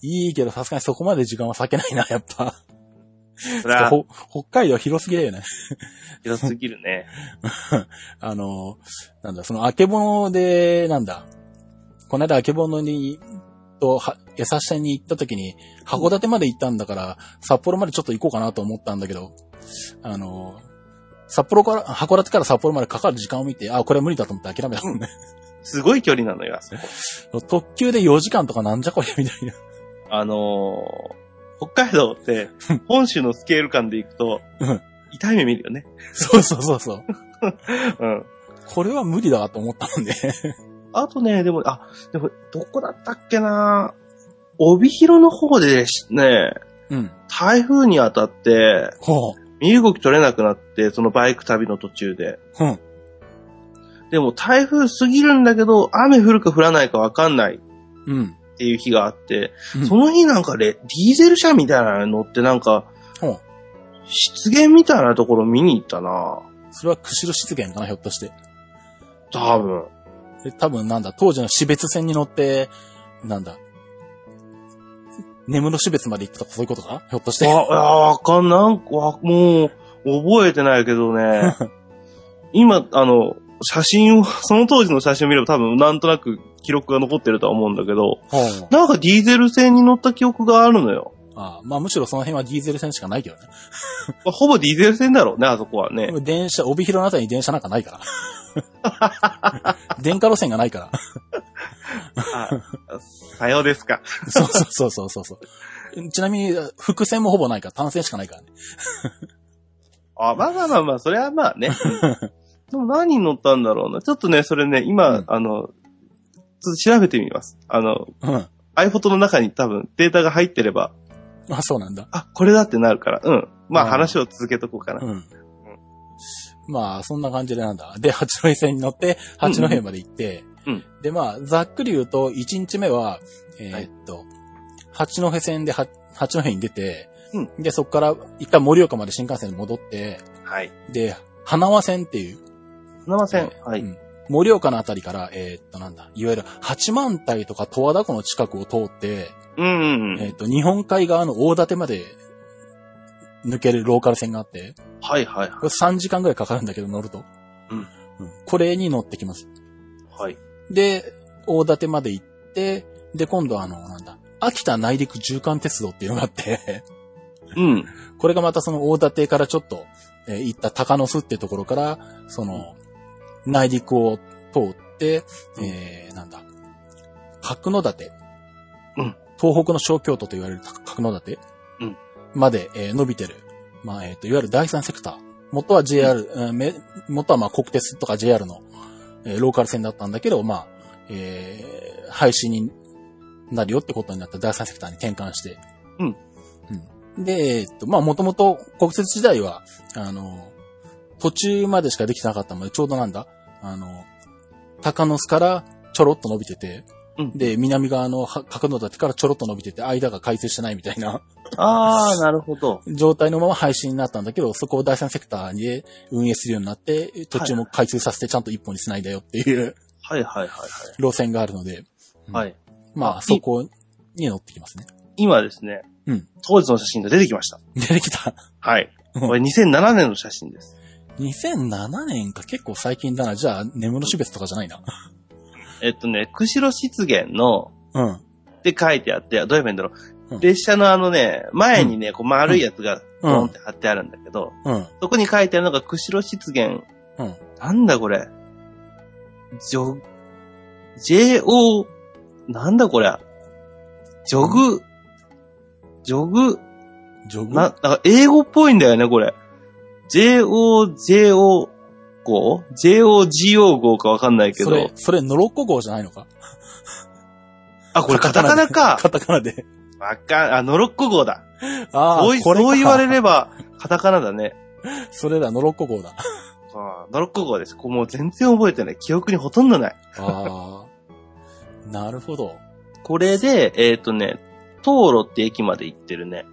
いいけど、さすがにそこまで時間は割けないな、やっぱ。それは、ほ北海道広すぎだよね。広すぎるね。あの、なんだ、その、あけぼので、なんだ、この間あけぼのに、と、は、優しさに行った時に、函館まで行ったんだから、札幌までちょっと行こうかなと思ったんだけど、あの、札幌から、函館から札幌までかかる時間を見て、あ、これは無理だと思って諦めたもんね。すごい距離なのよ、あそこ。特急で4時間とかなんじゃこれみたいな。あのー北海道って、本州のスケール感で行くとうん、痛い目見るよね。そうそうそうそう。うん。これは無理だわと思ったもんで、あとね、でも、あ、でも、どこだったっけな帯広の方でしね、うん。台風に当たって、ほう。身動き取れなくなって、そのバイク旅の途中で。うん。でも、台風過ぎるんだけど、雨降るか降らないかわかんないうん。っていう日があって、うんその日なんかレ、ディーゼル車みたいなの乗ってなんか、ほう。湿原みたいなところ見に行ったなそれは釧路湿原かな、ひょっとして。多分。で多分なんだ、当時の死別線に乗って、なんだ、根室死別まで行ったとかそういうことかひょっと して。わ、いや、わかんなんか、わもう、覚えてないけど ね。今、あの、写真を、その当時の写真を見れば多分なんとなく記録が残ってるとは思うんだけど、ほうなんかディーゼル線に乗った記憶があるのよ。ああまあむしろその辺はディーゼル線しかないけどね。まあほぼディーゼル線だろうね、あそこはね。 電車、帯広のあたりに電車なんかないから。 電化路線がないから。 あさようですか。そうそうそうそうそう。ちなみに、伏線もほぼないから、単線しかないからね。あ、まあまあまあまあ、それはまあ ね。でも何に乗ったんだろうな。ちょっとね、それね、今、うんあの、ちょっと調べてみます。あの、iPhoto の中に多分データが入ってれば、うん。あ、そうなんだ。あ、これだってなるから、うん。まあうん話を続けとこうかな。うん。まあ、そんな感じでなんだ。 で、八戸線に乗って、八戸まで行って、うんで、まあ、ざっくり言うと、1日目は、えーはいっと、八戸線では八戸に出て、うんで、そこから一回盛岡まで新幹線に戻って、はい。で、花輪線っていう、花間線。はうい。ん盛岡のあたりから、えーっと、なんだ、いわゆる八幡平とか十和田湖の近くを通って、うんうんうえーっん。と、日本海側の大館まで抜けるローカル線があって、はいはいこれ3時間ぐらいかかるんだけど乗ると。うんうん。これに乗ってきます。はい。で、大館まで行って、で、今度はあの、なんだ、秋田内陸縦貫鉄道っていうのがあって、うん。これがまたその大館からちょっと、えー行った高野巣ってところから、その、内陸を通って、えー、なんだ、白野館。うん東北の小京都と言われる格格納立てうんまで、えー伸びてる。まあ、えっ、と、いわゆる第三セクター。元は JR、うんめ元はまあ国鉄とか JR の、えーローカル線だったんだけど、まあ、えー廃止になるよってことになった第三セクターに転換して。うん。うん。で、えっ、と、まあ、もともと国鉄時代は、あの、途中までしかできてなかったので、ちょうどなんだ、あの、高野巣からちょろっと伸びてて、うんで、南側のは角野立からちょろっと伸びてて、間が改正してないみたいな ああ、なるほど。状態のまま廃止になったんだけど、そこを第三セクターで運営するようになって、途中も開通させてちゃんと一本に繋いだよっていう はいはいはいは路線があるので、い。はい。まあ、そこに乗ってきますね。 今ですね、うん当時の写真が出てきました。出てきた。はい。うんこれ2007年の写真です。 2007年か結構最近だな。じゃあ、根室種別とかじゃないな。えっとね、釧路湿原の、うん。って書いてあって、どうやればいいんだろう。うん列車のあのね、前にね、こう丸いやつが、うドんンって貼ってあるんだけど、うん。そこに書いてあるのが、釧路湿原。うんなんだこれ。ジョ、JO、なんだこれ。ジョグ、ジョグ、ジョグな、なんか英語っぽいんだよね、これ。JOJO 号 ?JOGO 号かわかんないけそれど、。それ、ノロッコ号じゃないのかあ、これカタ カナか。カタカナで。わかん、あ、ノロッコ号だ。ああ、そういこれかそう言われれば、カタカナだね。それだ、ノロッコ号だ。あーノロッコ号です。これもう全然覚えてない。記憶にほとんどない。ああ。なるほど。はこれで、えっ、とね、トーロって駅まで行ってるね。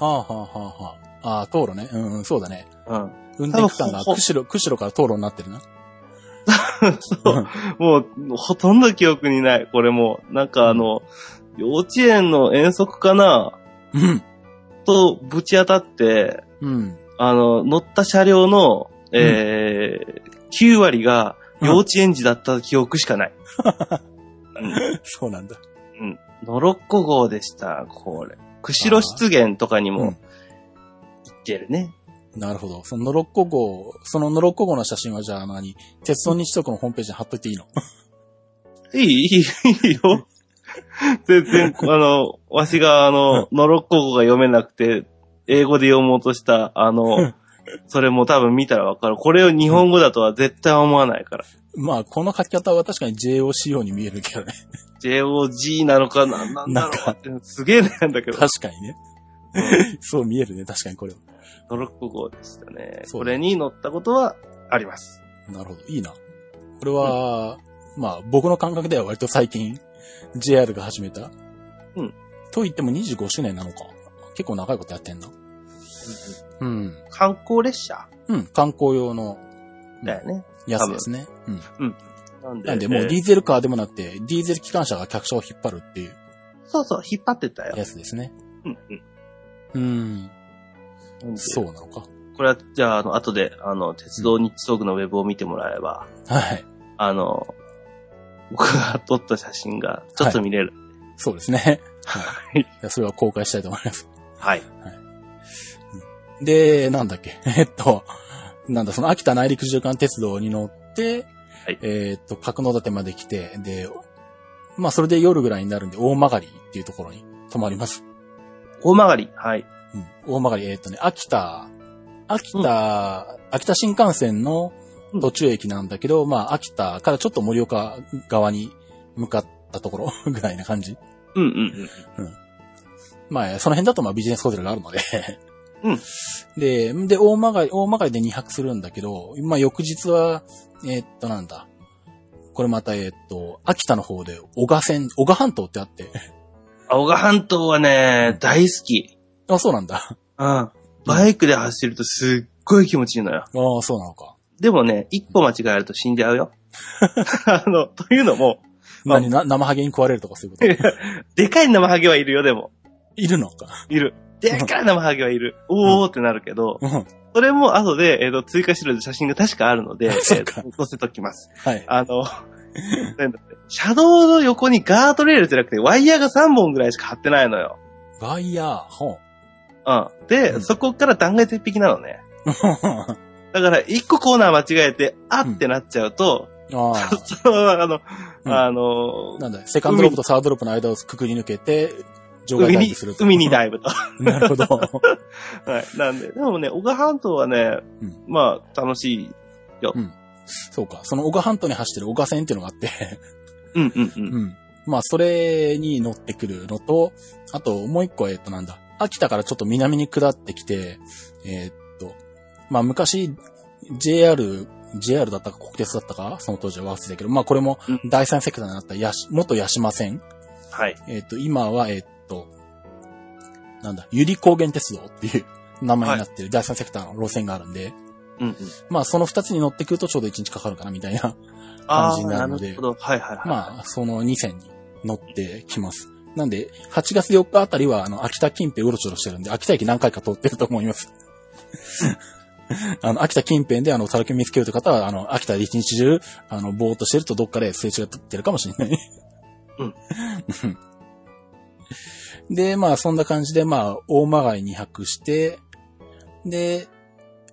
あ、はあはあはあ。ああ、道路ね。うん、うん、そうだね。うん。運転区間が多分ほ釧路、釧路から道路になってるな。 そう。もう、ほとんど記憶にない。これもう、なんかあの、幼稚園の遠足かなうん。とぶち当たって、うん。あの、乗った車両の、えー9割が幼稚園児だった記憶しかない。そうなんだ。ノロッコ号でした、これ。釧路湿原とかにうんも行ってるね。なるほど。そのノロッコ号、そのノロッコ号の写真はじゃあ何鉄道日特のホームページに貼っといていいの いい、いい、いい よ。全然、あの、わしが、あの、ノロッコ語が読めなくて、英語で読もうとした、あの、それも多分見たらわかる。これを日本語だとは絶対思わないから。まあ、この書き方は確かに JOC 用に見えるけどね。 JOG なのかな、なんだろうって、すげえ悩んだけど、確かにね。 そう見えるね。確かにこれは。ノロッコ語でしたね。そうこれに乗ったことはあります。なるほど。いいな。これは、まあ、僕の感覚では割と最近、JR が始めた。うん。と言っても25周年なのか。結構長いことやってんな。うん。観光列車うん。観光用のだよね。やつですね。うん。なんで、なんで、もえうーディーゼルカーでもなくて、ディーゼル機関車が客車を引っ張るっていうそうそう、引っ張ってたよ。やつですね。うんうん。うんそうう。なのか。これは、じゃあ、あの、後で、あの、鉄道日装具のウェブを見てもらえば、はい。あの、僕が撮った写真がちょっと見れる。そうですね。はい。いやそれは公開したいと思います。 はい。で、なんだっけ、 えっと、なんだ、その秋田内陸縦貫鉄道に乗って、はいえーっと、角野立まで来て、で、まあ、それで夜ぐらいになるんで、大曲っていうところに泊まります。大曲がり。はい。うん、大曲えーっとね、秋田、秋田、秋田新幹線の途中駅なんだけど、まあ、秋田からちょっと盛岡側に向かったところ ぐらいな感じ。うんうんまあ、その辺だとまあビジネスホテルがあるので。うん で、で、大曲り、大曲りで2泊するんだけど、まあ翌日は、えーっとなんだ。これまた、えーっと、秋田の方で、小賀線、小賀半島ってあって。 うん。小賀半島はね、大好き。あ、そうなんだ。 うん。バイクで走るとすっごい気持ちいいのよ。ああ、そうなのか。でもね、一歩間違えると死んじゃう よ。あの、というのも、まあ何な、生ハゲに食われるとかそういうこと。 でかい生ハゲはいるよ、でも。いるのか。いる。でかい生ハゲはいる。おーってなるけど、うん。はそれも後で、えっ、と、追加資料で写真が確かあるので、え そっーかと載せときます。い。あの、 なんだって車道の横にガードレールじゃなくて、ワイヤーが3本ぐらいしか張ってないのよ。ワイヤー、ほん。うん。で、うんそこから断崖絶壁なのね。 あだから、一個コーナー間違えて、あってなっちゃうと、あ。 そのまま、あの、うんあの、なんだよセカンドロープとサードロープの間をくぐり抜けて、場外海ダイにブする、と。海にダイブと。 なるほど。はい。なんで、でもね、小川半島はね、うんまあ、楽しい。そうか。その小川半島に走ってる小川線っていうのがあって、うんうんうん。うん。まあ、それに乗ってくるのと、あと、もう一個は、えっと、なんだ。秋田からちょっと南に下ってきて、えーっと、まあ、昔、JR、JR だったか国鉄だったかその当時は忘れたけど、まあ、これもうん第三セクターになったやし、元八島線。はい。えーっと、今は、えーっと、なんだ、ゆり高原鉄道っていう名前になってる第三セクターの路線があるんで、うんうん。まあ、その二つに乗ってくるとちょうど一日かかるかな、みたいなあ感じあ、にななるのでるほど。はいはいはい。まあ、その2線に乗ってきます。なんで、8月4日あたりは、あの、秋田近辺うろちょろしてるんで、秋田駅何回か通ってると思います。 あの、秋田近辺で、あの、たるき見つけるという方は、あの、秋田で一日中、あの、ぼーっとしてるとどっかですれ違ってるかもしれない。うんうん。 で、まあ、そんな感じで、まあ、大間街2泊して、で、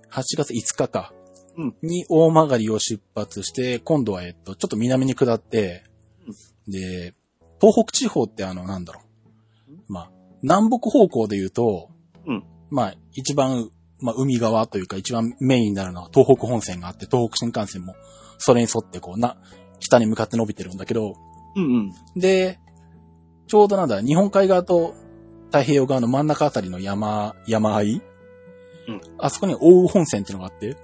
8月5日か。うんに大曲がりを出発して、今度は、えっと、ちょっと南に下って、で、東北地方ってあの、なんだろう。まあ、南北方向で言うと、うんまあ、一番、まあ、海側というか一番メインになるのは東北本線があって、東北新幹線もそれに沿ってこうな、北に向かって伸びてるんだけど、うんうん。で、ちょうどなんだ、日本海側と太平洋側の真ん中あたりの山、山あい、うんあそこに大雨本線っていうのがあって、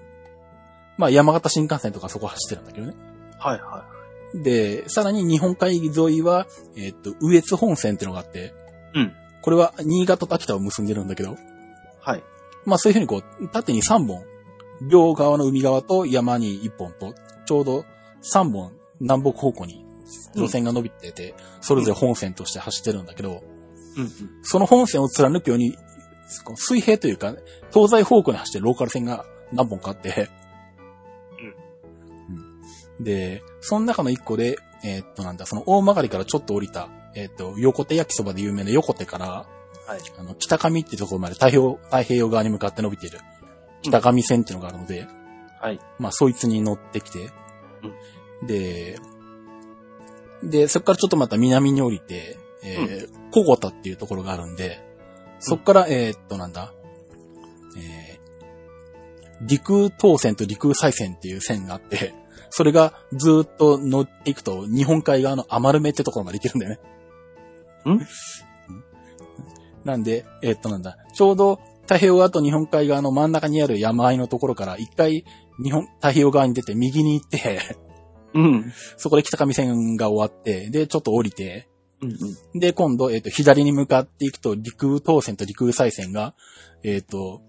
まあ、山形新幹線とかそこ走ってるんだけどね。はいはで、さらに日本海沿いは、えーっと、羽越本線ってのがあって、うんこれは新潟と秋田を結んでるんだけど、い。はい。まあそういうふうにこう、縦に3本、両側の海側と山に1本と、ちょうど3本南北方向に路線が伸びてて、それぞれ本線として走ってるんだけど、うんうん。その本線を貫くように、こう水平というか、東西方向に走ってるローカル線が何本かあって、うんで、その中の一個で、えーっと、なんだ、その大曲りからちょっと降りた、えーっと、横手焼きそばで有名な横手から、はいあの、北上ってところまで太平洋、太平洋側に向かって伸びている、北上線っていうのがあるので、はい。まあ、そいつに乗ってきて、で、で、そこからちょっとまた南に降りて、えーコゴタっていうところがあるんで、そこから、えーっと、なんだ、えー陸東線と陸西線っていう線があって、それがずーっと乗っていくと、日本海側の余る目ってところまで行けるんだよね。んなんで、えーっと、なんだ、ちょうど太平洋側と日本海側の真ん中にある山あいのところから、一回、日本、太平洋側に出て右に行って、 うん。そこで北上線が終わって、で、ちょっと降りて、うんうん。で、今度、えっ、と、左に向かっていくと、陸東線と陸西線が、えっ、と、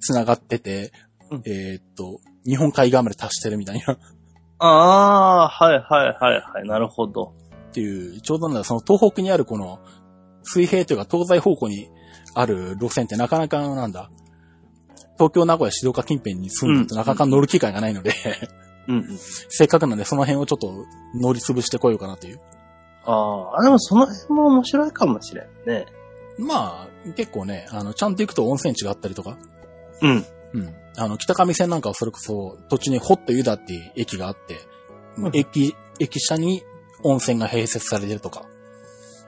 繋がってて、うんえっ、と、日本海側まで達してるみたいな、ああ、はいはいはいはい。なるほど。っていう、ちょうどなんだ、その東北にあるこの、水平というか東西方向にある路線ってなかなかなんだ、東京、名古屋、静岡近辺に住んでるとうんなかなか乗る機会がないので、 うんうん。せっかくなんでその辺をちょっと乗り潰してこようかなという。ああ、でもその辺も面白いかもしれんね。まあ、結構ね、あの、ちゃんと行くと温泉地があったりとか、うん。うん。あの、北上線なんかはそれこそ、途中にホットユダっていう駅があって、うん駅、駅舎に温泉が併設されてるとか。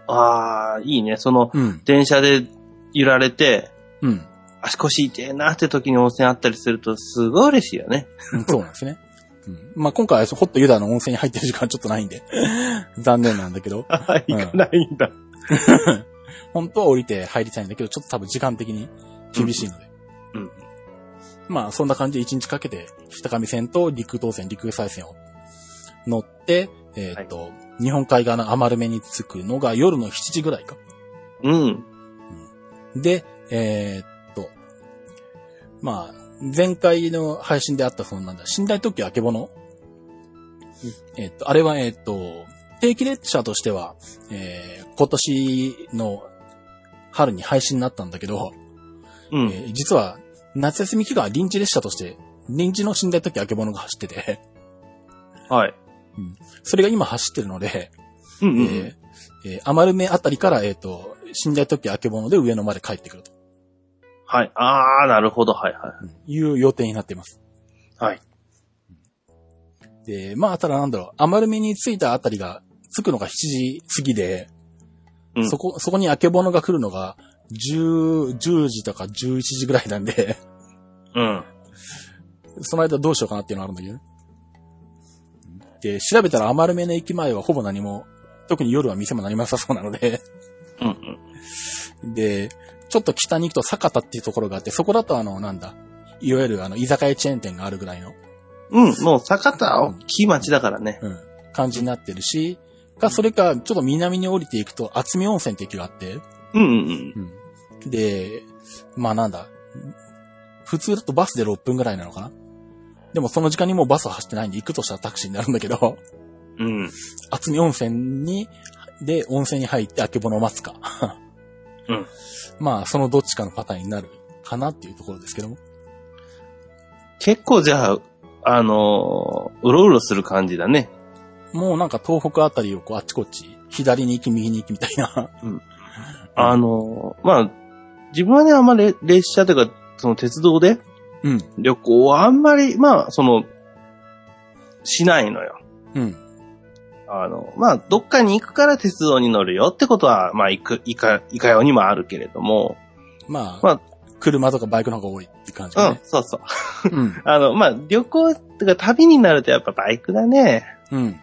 ああ、いいね。その、うん。電車で揺られて、うん。足腰痛えなって時に温泉あったりすると、すごい嬉しいよね。そうなんですね。 うん、まあ、今回はホットユダの温泉に入ってる時間はちょっとないんで、 残念なんだけど、あ あ、行かないんだ。本当は降りて入りたいんだけど、ちょっと多分時間的に厳しいので。うん。まあ、そんな感じで1日かけて、北上線と陸東線、陸西線を乗って、えーっと、日本海側の余る目に着くのが夜の7時ぐらいか。うん。で、えーっと、まあ、前回の配信であったそのなんだ、寝台特急あけぼの。えーっと、あれはえーっと、定期列車としては、えー今年の春に配信になったんだけど、うん。えー実は夏休み期間は臨時列車として、臨時の寝台特急あけぼのが走ってて、 はい。それが今走ってるので、うんうん。えーえー、余る目あたりから、えーっと、寝台特急あけぼので上野まで帰ってくるとはい。ああ、なるほど。はいはい。いう予定になっています。はい。で、まあ、ただなんだろう、余る目についたあたりが、着くのが7時過ぎで、うんそこ、そこに明けぼのが来るのが、10、10時とか11時ぐらいなんで、 うん。その間どうしようかなっていうのがあるんだけどね。で、調べたら余目の駅前はほぼ何も、特に夜は店も何もなさそうなので、 うんうん。で、ちょっと北に行くと坂田っていうところがあって、そこだとあの、なんだ、いわゆるあの、居酒屋チェーン店があるぐらいの、うん、もう、坂田は大きい町だからね。うん、感じになってるし、か、それか、ちょっと南に降りていくと、厚見温泉って駅があって、うんうんうん。で、まあなんだ、普通だとバスで6分ぐらいなのかなでもその時間にもうバスは走ってないんで、行くとしたらタクシーになるんだけど、 うん。うん。厚見温泉に、で、温泉に入って、あけぼのを待つか。うん。 まあ、そのどっちかのパターンになるかなっていうところですけども。結構じゃあ、あのーうろうろする感じだね。もうなんか東北あたりをこうあっちこっち、左に行き右に行きみたいな。あのーまあ、自分はね、あんまり列車というか、その鉄道でうん。旅行はあんまり、まあ、その、しないのよ。うん。あの、まあ、どっかに行くから鉄道に乗るよってことは、まあ、行く、いか、いかようにもあるけれども、まあ、まあ車とかバイクの方が多いって感じうだんね、。そうそう。うん。あの、まあ、旅行とか旅になるとやっぱバイクだね。うん。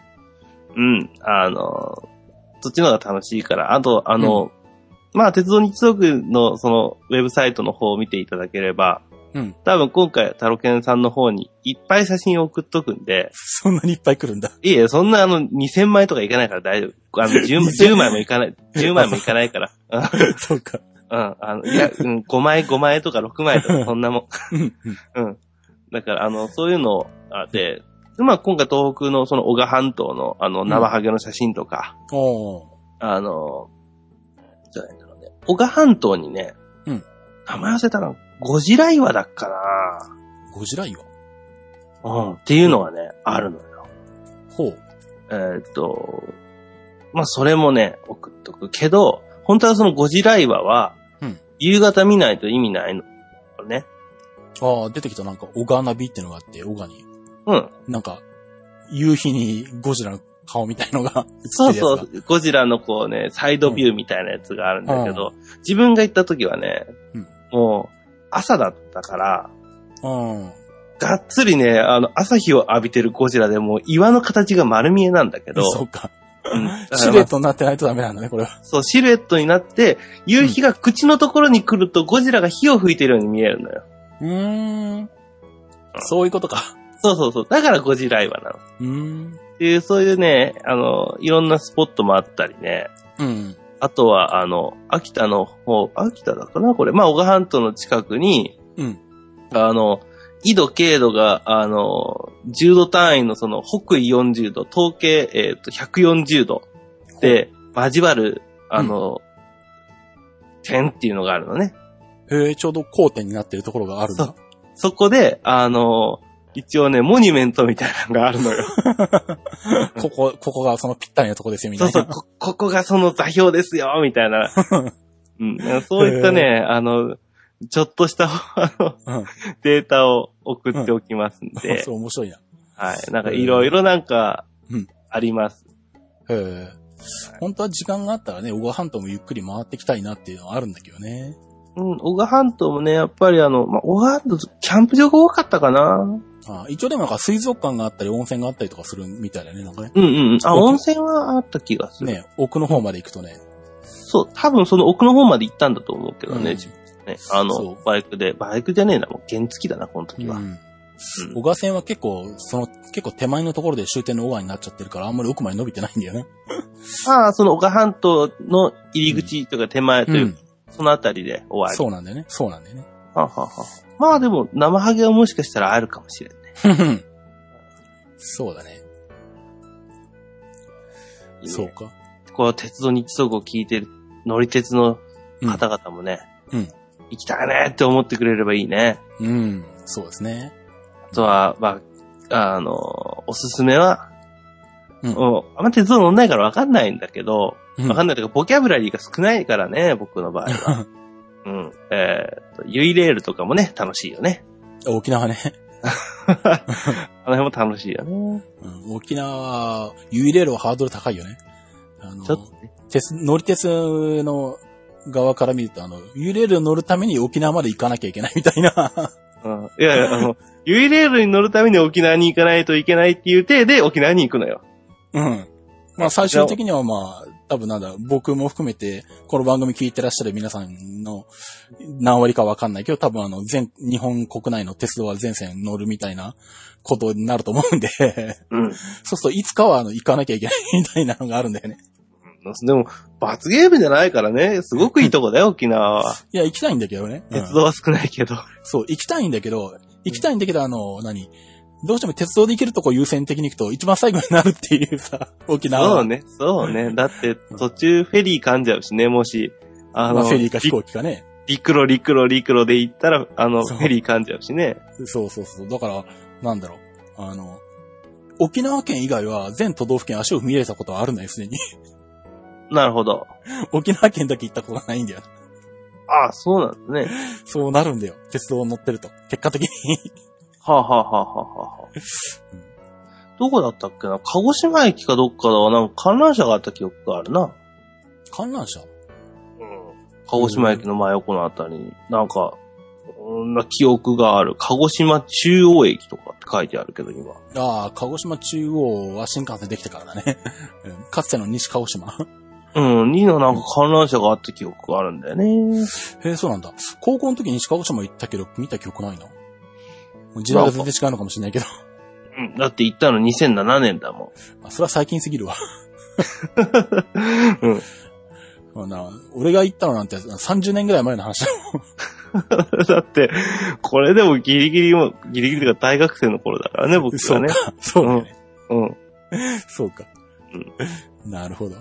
うん。あの、そっちの方が楽しいから。あと、あの、まあ、鉄道日族のそのウェブサイトの方を見ていただければ、うん。多分今回タロケンさんの方にいっぱい写真を送っとくんで、そんなにいっぱい来る んだ。いえ、そんなあの2000枚とかいかないから大丈夫。あ の 10, 10枚もいかない、10枚もいかないから。 うんそうか。うん、あの、いや、うん、5枚、5枚とか6枚とか、そんなもん。 うん。うん。だから、あの、そういうのをあって、でまあ、今回東北のその小賀半島の、あの、ナマハゲの写真とか、おー。あの、じゃないんだろうね。小賀半島にね、うん。名前忘れたの、ゴジラ岩だっかなゴジラ岩うん。っていうのがね、あるのよ。ほう。えーっと、まあ、それもね、送っとくけど、本当はそのゴジラ岩は、うん夕方見ないと意味ないの。ね。ああ、出てきたなんか、オガナビってのがあって、オガに。うん。なんか、夕日にゴジラの顔みたいのが そ映っうてるやつが。そう、ゴジラのこうね、サイドビューみたいなやつがあるんだけど、自分が行った時はね、うんもう朝だったから、うん。がっつりね、あの、朝日を浴びてるゴジラでもう岩の形が丸見えなんだけど、そうか。うんだか らシルエットになってないとダメなんだね、これは。そう、シルエットになって、夕日が口のところに来るとゴジラが火を吹いてるように見えるのよ。うーん。そういうことか。そうそうそう。だからゴジラ岩なの。っうーん。ていう、そういうね、あの、いろんなスポットもあったりね、うん。あとは、あの、秋田の方、秋田だかなこれ。まあ、小賀半島の近くに、うん。あの、緯度、経度が、あの、10度単位のその、北緯40度、東経、えっ、と、140度で交わる、あの、点っていうのがあるのね。へえ、ちょうど交点になってるところがあるんだ。そこで、あの、一応ね、モニュメントみたいなのがあるのよ。ここ、ここがそのぴったりなとこですよ、みたそいうな。そう、こ、 ここがその座標ですよ、みたいな。うん、そういったね、あの、ちょっとした、あの、うんデータを送っておきますんで、 そう、面白いな。はい。なんかいろいろなんかうん、あります。へえ。本当は時間があったらね、小川半島もゆっくり回ってきたいなっていうのはあるんだけどね。うん、小賀半島もね、やっぱりあの、まあ、小賀半島、キャンプ場が多かったかなああ一応でもなんか水族館があったり温泉があったりとかするみたいだね、なんかね。うんうん。あ、そう温泉はあった気がする。ね、奥の方まで行くとね。そう、多分その奥の方まで行ったんだと思うけどね、うん自分ね。あその、バイクで、バイクじゃねえな、もう原付きだな、この時は。うん小川線は結構、その、結構手前のところで終点の小川になっちゃってるから、あんまり奥まで伸びてないんだよね。まあ、その小賀半島の入り口というか手前というう、ん。そのあたりで終わり。そうなんだよね。そうなんだよね。 はあはあはあまあでも、生ハゲはもしかしたらあるかもしれない。ふふんそうだね。そうか。この鉄道日足を聞いてる乗り鉄の方々もね、うんうん行きたいねって思ってくれればいいね。うん。そうですね。あとは、まあ、あの、おすすめは、うんもうあんま鉄道乗んないからわかんないんだけど、うんわかんないというか、ボキャブラリーが少ないからね、僕の場合 は。うん。えーと、ユイレールとかもね、楽しいよね。沖縄ね。あの辺も楽しいよね。うん沖縄は、ユイレールはハードル高いよね。あちょのっと、ね。鉄、乗り鉄の側から見ると、あの、ユレール乗るために沖縄まで行かなきゃいけないみたいな。 うんいやいや、あの、ユイレールに乗るために沖縄に行かないといけないっていう体で沖縄に行くのよ。うん。まあ最終的にはまあ、多分なんだ、僕も含めて、この番組聞いてらっしゃる皆さんの何割かわかんないけど、多分あの、全、日本国内の鉄道は全線乗るみたいなことになると思うんで、 そうすうん。るといつかはあの、行かなきゃいけないみたいなのがあるんだよね。でも、罰ゲームじゃないからね、すごくいいとこだよ、沖縄は。いや、行きたいんだけどね。うん鉄道は少ないけど。そう、行きたいんだけど、行きたいんだけど、あの、何どうしても鉄道で行けるとこ優先的に行くと一番最後になるっていう さ、沖縄は。そうね、そうね。だって、途中フェリー噛んじゃうしね、もし。あまあの、フェリーか飛り行機かね。陸路、陸路、陸路で行ったら、あの、フそうェリー噛んじゃうしね。そうそうそう。だから、なんだろう。あの、沖縄県以外は全都道府県足を踏み入れたことはあるんだよ、すでに。 なるほど。沖縄県だけ行ったことがないんだよ。ああ、そうなんですね。そうなるんだよ。鉄道乗ってると。結果的に。はあ、はあはあはあはあうんどこだったっけな鹿児島駅かどっかだわ。なんか観覧車があった記憶があるな。観覧車鹿児島駅の真横のあたりに、なんか、そんな記憶がある。鹿児島中央駅とかって書いてあるけど、今。ああ、鹿児島中央は新幹線できてからだね。うんかつての西鹿児島。うん、にのなんか観覧車があった記憶があるんだよね。へえ、そうなんだ。高校の時に鹿児島行ったけど、見た記憶ないな。もう時代が全然違うのかもしれないけど。 うん、だって行ったの2007年だもん。 まあ、それは最近すぎるわ。うん。まあな俺が行ったのなんて30年ぐらい前の話だもん。だって、これでもギリギリも、ギリギリが大学生の頃だからね、僕そはうね。か。そうだよね。うん。そうか。なるほど。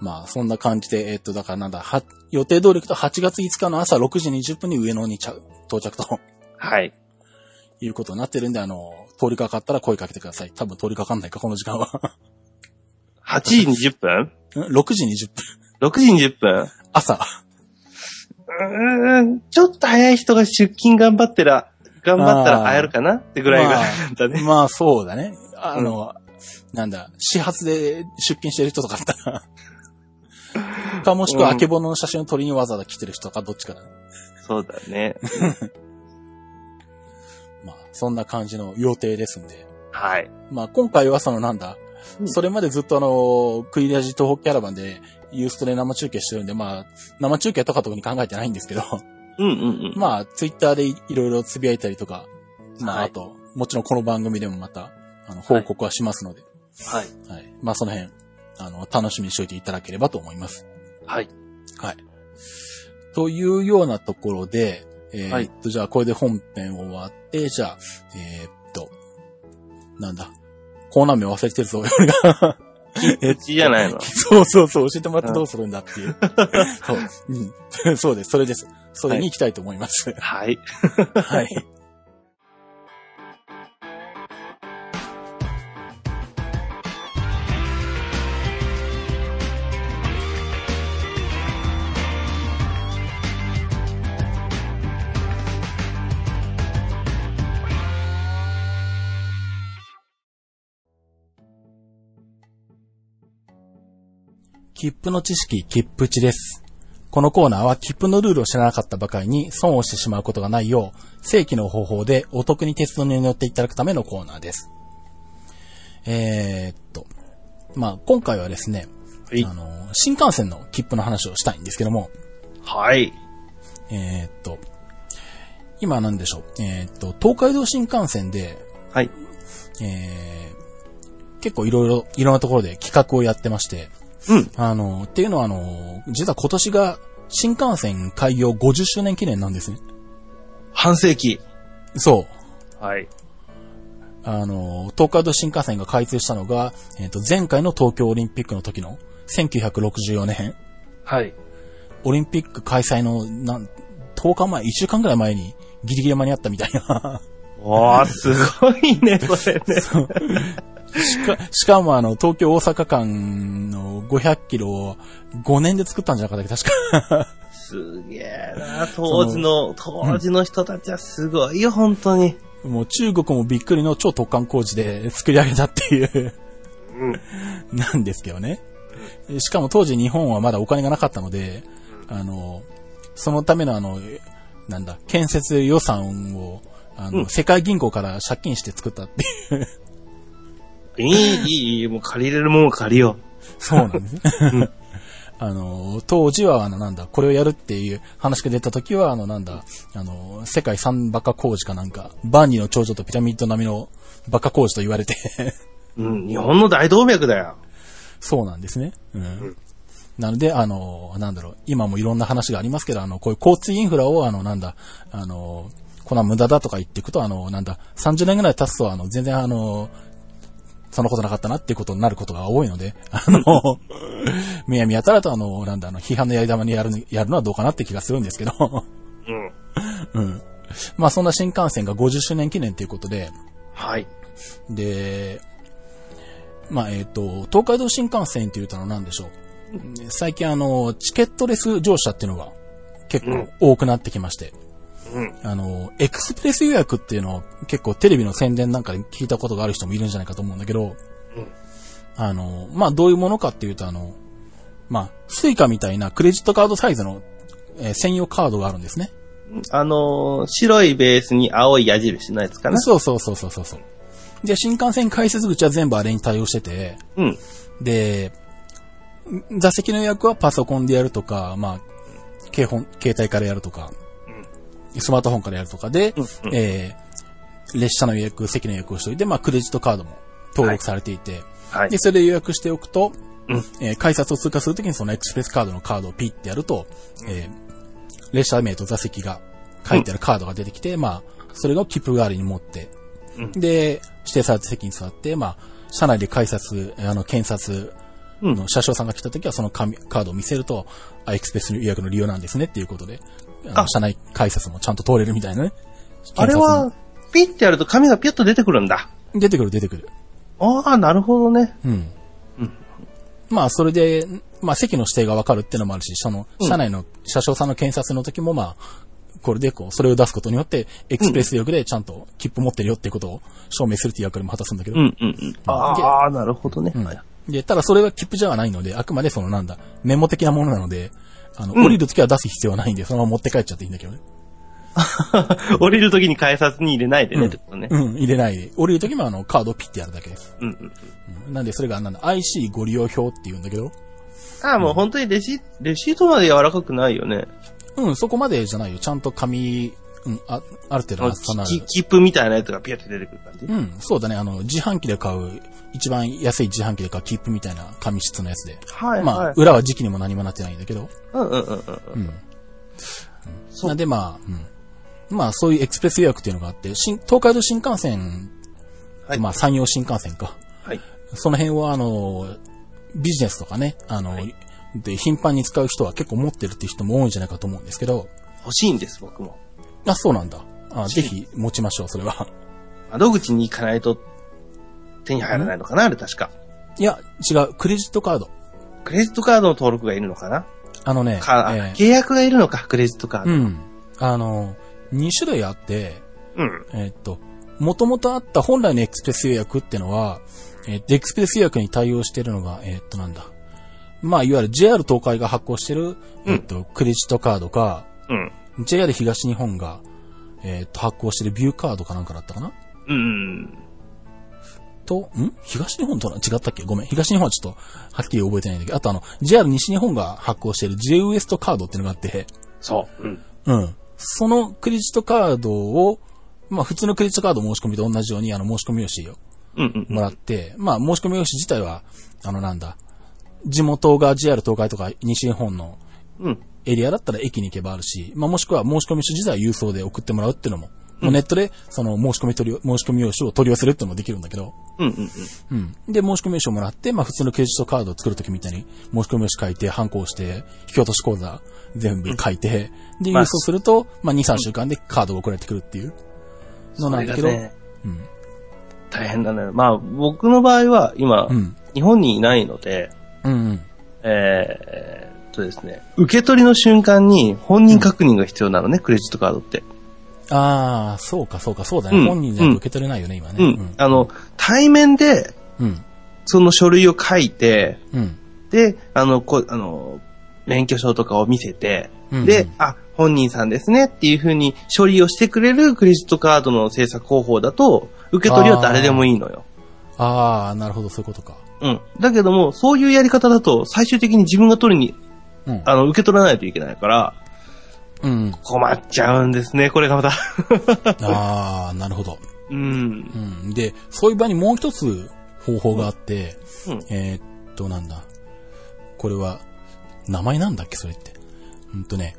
まあ、そんな感じで、えっと、だからなんだ、は、予定通り行くと8月5日の朝6時20分に上野に着到着とはい。いうことになってるんで、あの、通りかかったら声かけてください。多分通りかかんないか、この時間は。 8時20分ん6時20分。 ?6 時20分朝。うーん、ちょっと早い人が出勤頑張ってら、頑張ったら会えるかなってぐらいが、まあだ ね。まあそうだね。あの、なんだ、始発で出勤してる人とかだったら。か、もしくは、うんあけぼのの写真を撮りにわざわざ来てる人か、どっちかだね。そうだね。まあ、そんな感じの予定ですんで。はい。まあ、今回はそのなんだ、うんそれまでずっとあの、クイラジ東北キャラバンで、ユーストで生中継してるんで、まあ、生中継とか特に考えてないんですけど、 うんうんうん。まあ、ツイッターでいろいろつぶやいたりとか、まあ、はいあと、もちろんこの番組でもまた、あの、報告はしますので、はい。はい。まあ、その辺、あの、楽しみにしておいていただければと思います。 はい。はい。というようなところで、えーはいっと、じゃあ、これで本編終わって、じゃあ、えーっと、なんだ。コーナー名忘れてるぞ、 俺が。うちじゃ ないの。そうそうそう、教えてもらってどうするんだっていう。そう、うん、 そうです、それです。それに行きたいと思います。はい。はい。切符の知識、切符値です。このコーナーは切符のルールを知らなかったばかりに損をしてしまうことがないよう、正規の方法でお得に鉄道に乗っていただくためのコーナーです。えーっと、まあ、今回はですね、はいあの、新幹線の切符の話をしたいんですけども、はい。えーっと、今なんでしょう、えーっと、東海道新幹線で、はい。えー結構いろいろ、いろんなところで企画をやってまして、うん。あの、っていうのはあの、実は今年が新幹線開業50周年記念なんですね。半世紀。そう。はい。あの、東海道新幹線が開通したのが、えっ、と、前回の東京オリンピックの時の1964年、はい。オリンピック開催のなん10日前、1週間ぐらい前にギリギリ間に合ったみたいな。 わあ、すごい ね、それね。しかしかもあの、東京大阪間の500キロを5年で作ったんじゃなかったっけ確か。すげえな、当時の、当時の人たちはすごいよ、本当に。 もう中国もびっくりの超突貫工事で作り上げたっていう。うん。なんですけどね。しかも当時日本はまだお金がなかったので、あの、そのためのあの、なんだ、建設予算を、あの、うん世界銀行から借金して作ったっていう。いい、いい、いい、もう借りれるもんは借りよそうなんですね。 あの、当時はあの、なんだ、これをやるっていう話が出た時は、あの、なんだ、あの、世界三バカ工事かなんか、バーニーの長女とピラミッド並みのバカ工事と言われて、う。うん、日本の大動脈だよ。そうなんですね。うん。なので、あの、なんだろう、今もいろんな話がありますけど、あの、こういう交通インフラを、あの、なんだ、あの、こんな無駄だとか言っていくと、あの、なんだ、30年ぐらい経つと、あの、全然あの、そんなことなかったなっていうことになることが多いので、あ の、むやみやたらと、あの、なんだ、あの、批判のやり玉にやる、やるのはどうかなって気がするんですけど、うん。うん。まあ、そんな新幹線が50周年記念ということで、はい。で、まあ、えっ、と、東海道新幹線って言うたら何でしょう。ね最近あの、チケットレス乗車っていうのが結構多くなってきまして、うん。あの、エクスプレス予約っていうのを結構テレビの宣伝なんかで聞いたことがある人もいるんじゃないかと思うんだけど、うんあの、まあ、どういうものかっていうとあの、まあ、スイカみたいなクレジットカードサイズの、えー専用カードがあるんですね。あのー白いベースに青い矢印のやつかな。そうそうそうそうそうそう。で、新幹線改札口は全部あれに対応してて、うん。で、ん座席の予約はパソコンでやるとか、まあ、携本携帯からやるとか、スマートフォンからやるとかで、うんうんえー列車の予約、席の予約をしておいて、まあ、クレジットカードも登録されていて、はいで、。それで予約しておくと、うんえー改札を通過するときにそのエクスプレスカードのカードをピッてやると、えー列車名と座席が書いてあるカードが出てきて、まあ、それを切符代わりに持って、うんで、指定された席に座って、まあ、車内で改札、あの、検察うんの車掌さんが来たときはその紙カードを見せると、あエクスプレス予約の利用なんですねっていうことで、あのあ車内改札もちゃんと通れるみたいなね。あれは、ピッてやると紙がピュッと出てくるんだ。検察も出てくる出てくる。ああ、なるほどね。うんうん。まあ、それで、まあ、席の指定がわかるっていうのもあるし、その、うん社内の車掌さんの検察の時も、まあ、これでこう、それを出すことによって、エクスプレス力でちゃんと切符持ってるよっていうことを証明するっていう役割も果たすんだけど、うんうんうん。ああ、なるほどね。うんはいで、ただそれは切符じゃないので、あくまでそのなんだ、メモ的なものなので、あの、うん降りる時は出す必要はないんで、そのまま持って帰っちゃっていいんだけどね。 降りるときに改札に入れないでねってことね。うん、入れないで。降りる時もあの、カードをピッてやるだけです。うんうん。うん、なんで、それがなんだ、IC ご利用表っていうんだけど、ああ、もう本当にレシレシートまで柔らかくないよね。うん、そこまでじゃないよ。ちゃんと紙、うん、あ、ある程度厚さのあるきき切符みたいなやつがピュッて出てくる感じ。うん、そうだね。あの、自販機で買う、一番安い自販機で買うキープみたいな紙質のやつで。はいまはあい、。裏は時期にも何もなってないんだけど。うんうんうんううん。ん。そうなんでまあ、うん。まあ、そういうエクスプレス予約っていうのがあって、新、東海道新幹線、はいまあ、山陽新幹線か。はい。その辺は、あの、ビジネスとかね、あの、で、頻繁に使う人は結構持ってるっていう人も多いんじゃないかと思うんですけど、欲しいんです、僕も。あ、そうなんだ。あぜひ持ちましょう、それは。窓口に行かないと手に入らないのかな、あれ確か。いや、違う。クレジットカード。クレジットカードの登録がいるのかなあのね、か、えー契約がいるのか、クレジットカーうド。ん。あの、2種類あって、うん。えっと、元々あった本来のエクスプレス予約ってのは、えっと、エクスプレス予約に対応してるのが、えっと、なんだ。まあ、いわゆる JR 東海が発行してる、うんえっと、クレジットカードか、うん。 JR 東日本が、えっと、発行してるビューカードかなんかだったかなうん。と、ん東日本とは違ったっけごめん。東日本はちょっと、はっきり覚えてないんだけど、あとあの、JR 西日本が発行してる J ウエストカードってのがあって、そう。うん。うん。そのクレジットカードを、まあ普通のクレジットカード申し込みと同じように、あの申し込み用紙をうんうんうん。もらって、まあ申し込み用紙自体は、あのなんだ、地元が JR 東海とか西日本のうん。エリアだったら駅に行けばあるし、まあもしくは申し込み書自体は郵送で送ってもらうっていうのも、もうネットでその申し込み取り、申し込み用紙を取り寄せるっていうのもできるんだけど、うんうんうん。うん。で、申し込み用紙をもらって、まあ普通のクレジットカードを作るときみたいに、申し込み用紙書いて、反抗して、引き落とし口座全部書いて、で、まあ郵送すると、まあ2、3週間でカードが送られてくるっていうのなんだけど、それがねうん。大変だね。まあ、僕の場合は、今、うん。日本にいないので、うんうん。えー、っとですね、受け取りの瞬間に本人確認が必要なのね、クレジットカードって。ああ、そうかそうかそうだね。うん本人じゃ受け取れないよね、今ね。うん。あの、対面でうん。うん。その書類を書いて、うん。で、あの、こあの、免許証とかを見せて、うんで、、あ、本人さんですねっていう風に処理をしてくれるクレジットカードの制作方法だと、受け取りは誰でもいいのよ。ああ、なるほど、そういうことか。うん。だけども、そういうやり方だと、最終的に自分が取りに、うんあの、受け取らないといけないから、うん。困っちゃうんですね、これがまた。 ああ、なるほど。うんう。ん。で、そういう場合にもう一つ方法があって、うんうんえーっと、なんだ。これは、名前なんだっけ、それって。うんとね、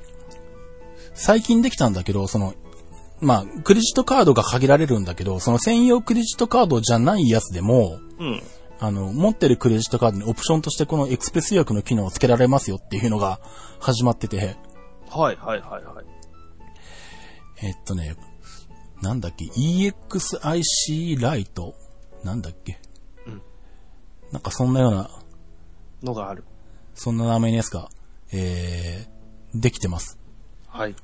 最近できたんだけど、その、まあ、クレジットカードが限られるんだけど、その専用クレジットカードじゃないやつでも、うん。あの、持ってるクレジットカードにオプションとしてこのエクスプレス予約の機能をつけられますよっていうのが始まってて、はいはいはいはい。えっとね、なんだっけ、EXIC ライトなんだっけ、うんなんかそんなような、のがある。そんな名前のやつが、えー、できてます。はい。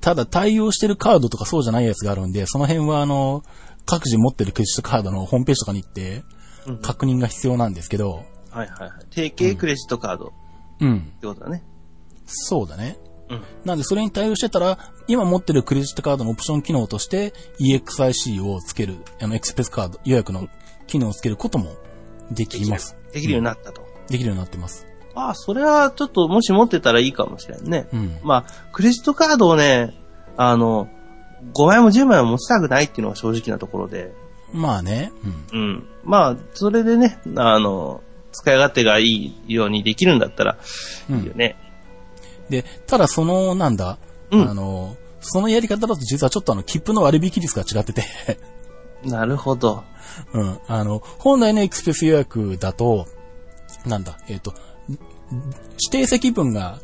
ただ対応してるカードとかそうじゃないやつがあるんで、その辺はあの、各自持ってるクレジットカードのホームページとかに行ってうん、確認が必要なんですけど、はいはいはい。定型クレジットカードっうん、てことだね。そうだね。うん。なんで、それに対応してたら、今持ってるクレジットカードのオプション機能として、EXIC をつける、あの、エクスプレスカード予約の機能をつけることもででききるます。。できるようになったと。できるようになってます。ああ、それはちょっともし持ってたらいいかもしれんね。うん。まあ、クレジットカードをね、あの、5枚も10枚も持ちたくないっていうのが正直なところで。まあね、うん。うん。まあ、それでね、あの、使い勝手がいいようにできるんだったらういいよん、ね。で、ただその、なんだ、うんあの、そのやり方だと実はちょっとあの、切符の割引率が違ってて、 なるほど。うん。あの、本来のエクスプレス予約だと、なんだ、えっ、と、指定席分が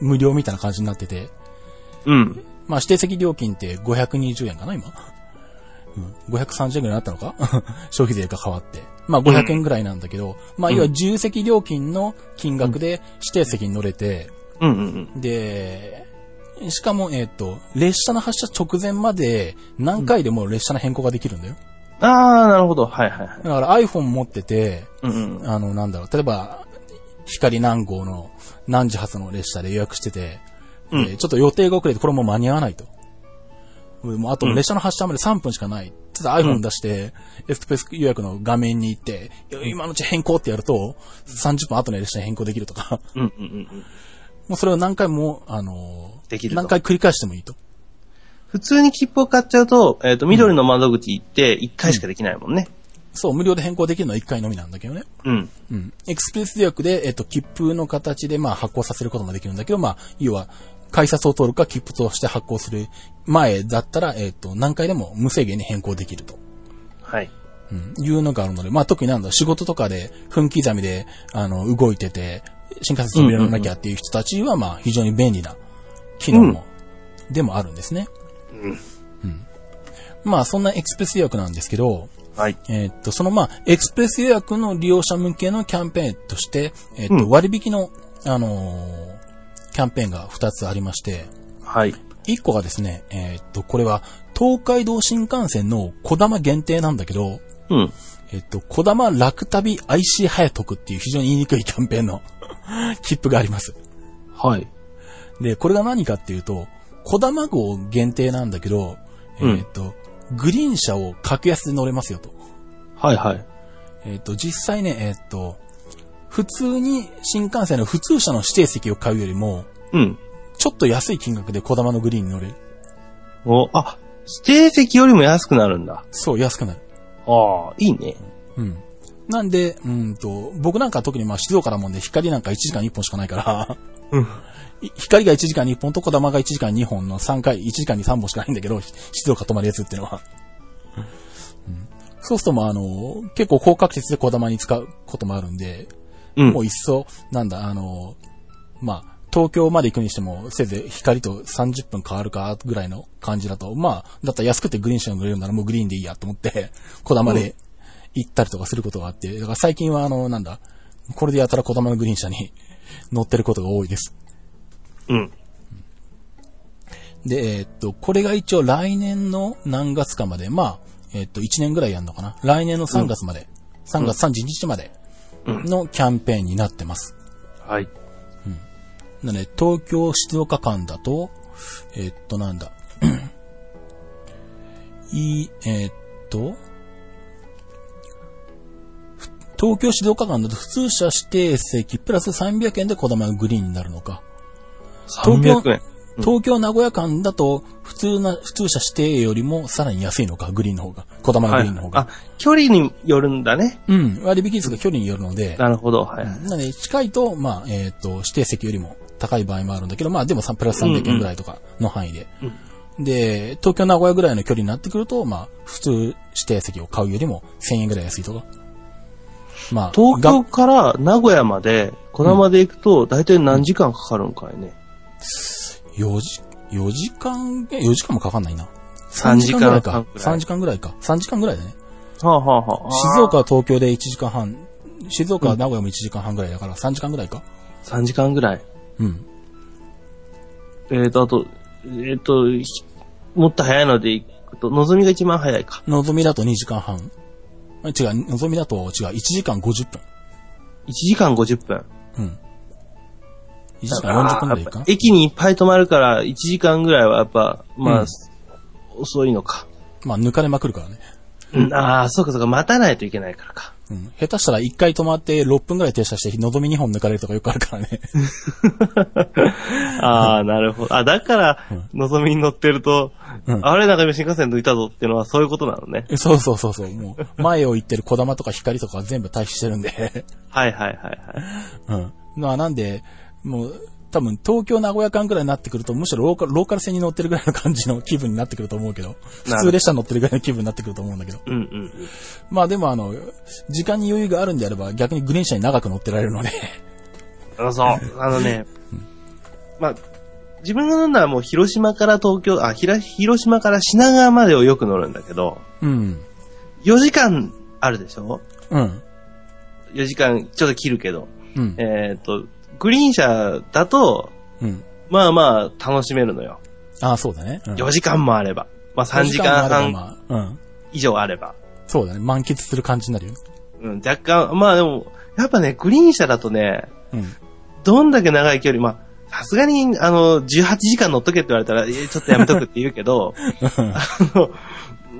無料みたいな感じになってて、うん。まあ、指定席料金って520円かな、今。うん、530円ぐらいになったのか 消費税が変わって。まあ、500円ぐらいなんだけど、まあ、うん要は自由席料金の金額で指定席に乗れて、うんうんうん。で、しかも、えっ、と、列車の発車直前まで何回でも列車の変更ができるんだよ。ああ、なるほど。はいはいはい。だから iPhone 持ってて、うんうん。あの、なんだろう、例えば、光何号の何時発の列車で予約してて、うんえーちょっと予定が遅れてこれもう間に合わないと。もうあと列車の発車まで3分しかない。ちょっと iPhone 出して、エスプレス予約の画面に行って、いや今のうち変更ってやると、30分後の列車に変更できるとか、 うんうんうんうん。もうそれを何回も、あのーできると何回繰り返してもいいと。普通に切符を買っちゃうと、えっ、と、緑の窓口行って1回しかできないもんね。そう、無料で変更できるのは1回のみなんだけどね。うん。うん。エクスプレス予約で、えっ、と、切符の形で、まあ、発行させることもできるんだけど、まあ、要は、改札を通るか、切符として発行する前だったら、えっ、と、何回でも無制限に変更できると。はい。うん。いうのがあるので、まあ、特になんだ、仕事とかで、分刻みで、あの、動いてて、新幹線止められなきゃっていう人たちは、まあ、非常に便利な機能も、でもあるんですね。うん。まあ、そんなエクスプレス予約なんですけど、はい。えーっと、そのまあ、エクスプレス予約の利用者向けのキャンペーンとして、えーっと、うん割引の、あのーキャンペーンが2つありまして、はい。 1個がですね、えーっと、これは、東海道新幹線の小玉限定なんだけど、うん。えーっと、小玉楽旅 IC 早徳っていう非常に言いにくいキャンペーンの 切符があります。はい。で、これが何かっていうと、小玉号限定なんだけど、えうんーっと、グリーン車を格安で乗れますよと。はいはい。えっ、と、実際ね、えっ、と、普通に新幹線の普通車の指定席を買うよりも、うん。ちょっと安い金額で小玉のグリーンに乗れる。お、あ、指定席よりも安くなるんだ。そう、安くなる。ああ、いいね。うん。なんで、うんと、僕なんか特にまあ静岡だもんで、光なんか1時間に1本しかないから、うん。 い光が1時間に1本と小玉が1時間に2本の3回、1時間に3本しかないんだけど、ひ静岡泊まるやつっていうのは。うん、そうするとまああの、結構高確率で小玉に使うこともあるんで、うん も。ういっそ、なんだ、あの、まあ、東京まで行くにしても、せいぜい光と30分変わるか、ぐらいの感じだと、まあ、だったら安くてグリーン車に乗れるならもうグリーンでいいやと思って、 小玉で行ったりとかすることがあって、だから最近はあの、なんだ、これでやたら小玉のグリーン車に乗ってることが多いです。うん。で、えーっと、これが一応来年の何月かまで、まあ、えーっと、1年ぐらいやるのかな来年の3月まで3月31日までうんのキャンペーンになってます。はい。なので、東京、静岡間だと、えっと、なんだ。 い、えっと、東京、静岡間だと普通車指定席プラス300円でこだまグリーンになるのか。東京300円。東京、名古屋間だと、普通な、普通車指定よりもさらに安いのか、グリーンの方が。小玉のグリーンの方が。あ、距離によるんだね。うん、割引率が距離によるので、なるほど。はい。なので、近いと、まあ、えっ、と、指定席よりも高い場合もあるんだけど、まあ、でもさプラス300円ぐらいとかの範囲で。で、東京、名古屋ぐらいの距離になってくると、まあ、普通指定席を買うよりも1000円ぐらい安いとか。まあ、東京がから名古屋まで、小玉で行くと、大体何時間かかるんかいね。 4時、4時間、え4時間もかかんないな。 3時間ぐらいか。3 3時間ぐらいか。3時間ぐらいだね。はあはあはあ。静岡は東京で1時間半、静岡は名古屋も1時間半ぐらいだから3時間ぐらいか。 3時間ぐらい。うん。えっ、と、あと、えっ、と、ひもっと早いので行くと、のぞみが一番早いか。のぞみだと2時間半。あ違う、のぞみだと違う、1時間50分。 1時間50分。うん。1時間40分ぐらいあーやかっぱ。駅にいっぱい止まるから、1時間ぐらいはやっぱ、まあ、うん遅いのか。まあ、抜かれまくるからね。うん、ああ、そうかそうか、待たないといけないから か。うん。下手したら1回止まって6分ぐらい停車して、のぞみ2本抜かれるとかよくあるからね。ああ、なるほど。あ、だから、のぞみに乗ってると、うんあれ、中身新幹線抜いたぞっていうのはそういうことなのね。え そうそうそうそう。もう、前を行ってる小玉とか光とかは全部退避してるんで。はいはいはいはい。うん。まあ、なんで、もう、多分東京名古屋間ぐらいになってくると、むしろローカルローカル線に乗ってるぐらいの感じの気分になってくると思うけど、普なる通列車に乗ってるぐらいの気分になってくると思うんだけど。うんうんうん。まあでもあの、時間に余裕があるんであれば逆にグリーン車に長く乗ってられるので。あの、そう、あのね、まあ、自分が乗るのはもう広島から東京、あ、ひら広島から品川までをよく乗るんだけど、うん。 4時間あるでしょうん。 ?4 時間ちょっと切るけど。うん。えっ、と、グリーン車だと、うん。まあまあ楽しめるのよ。ああ、そうだね。うん、 4時間もあれば。まあ3時間も半あればまあうん。以上あれば。そうだね。満喫する感じになるよ。うん、若干、まあでも、やっぱね、グリーン車だとね、うん。どんだけ長い距離、まあ、さすがに、あの、18時間乗っとけって言われたら、えーちょっとやめとくって言う けど、あの、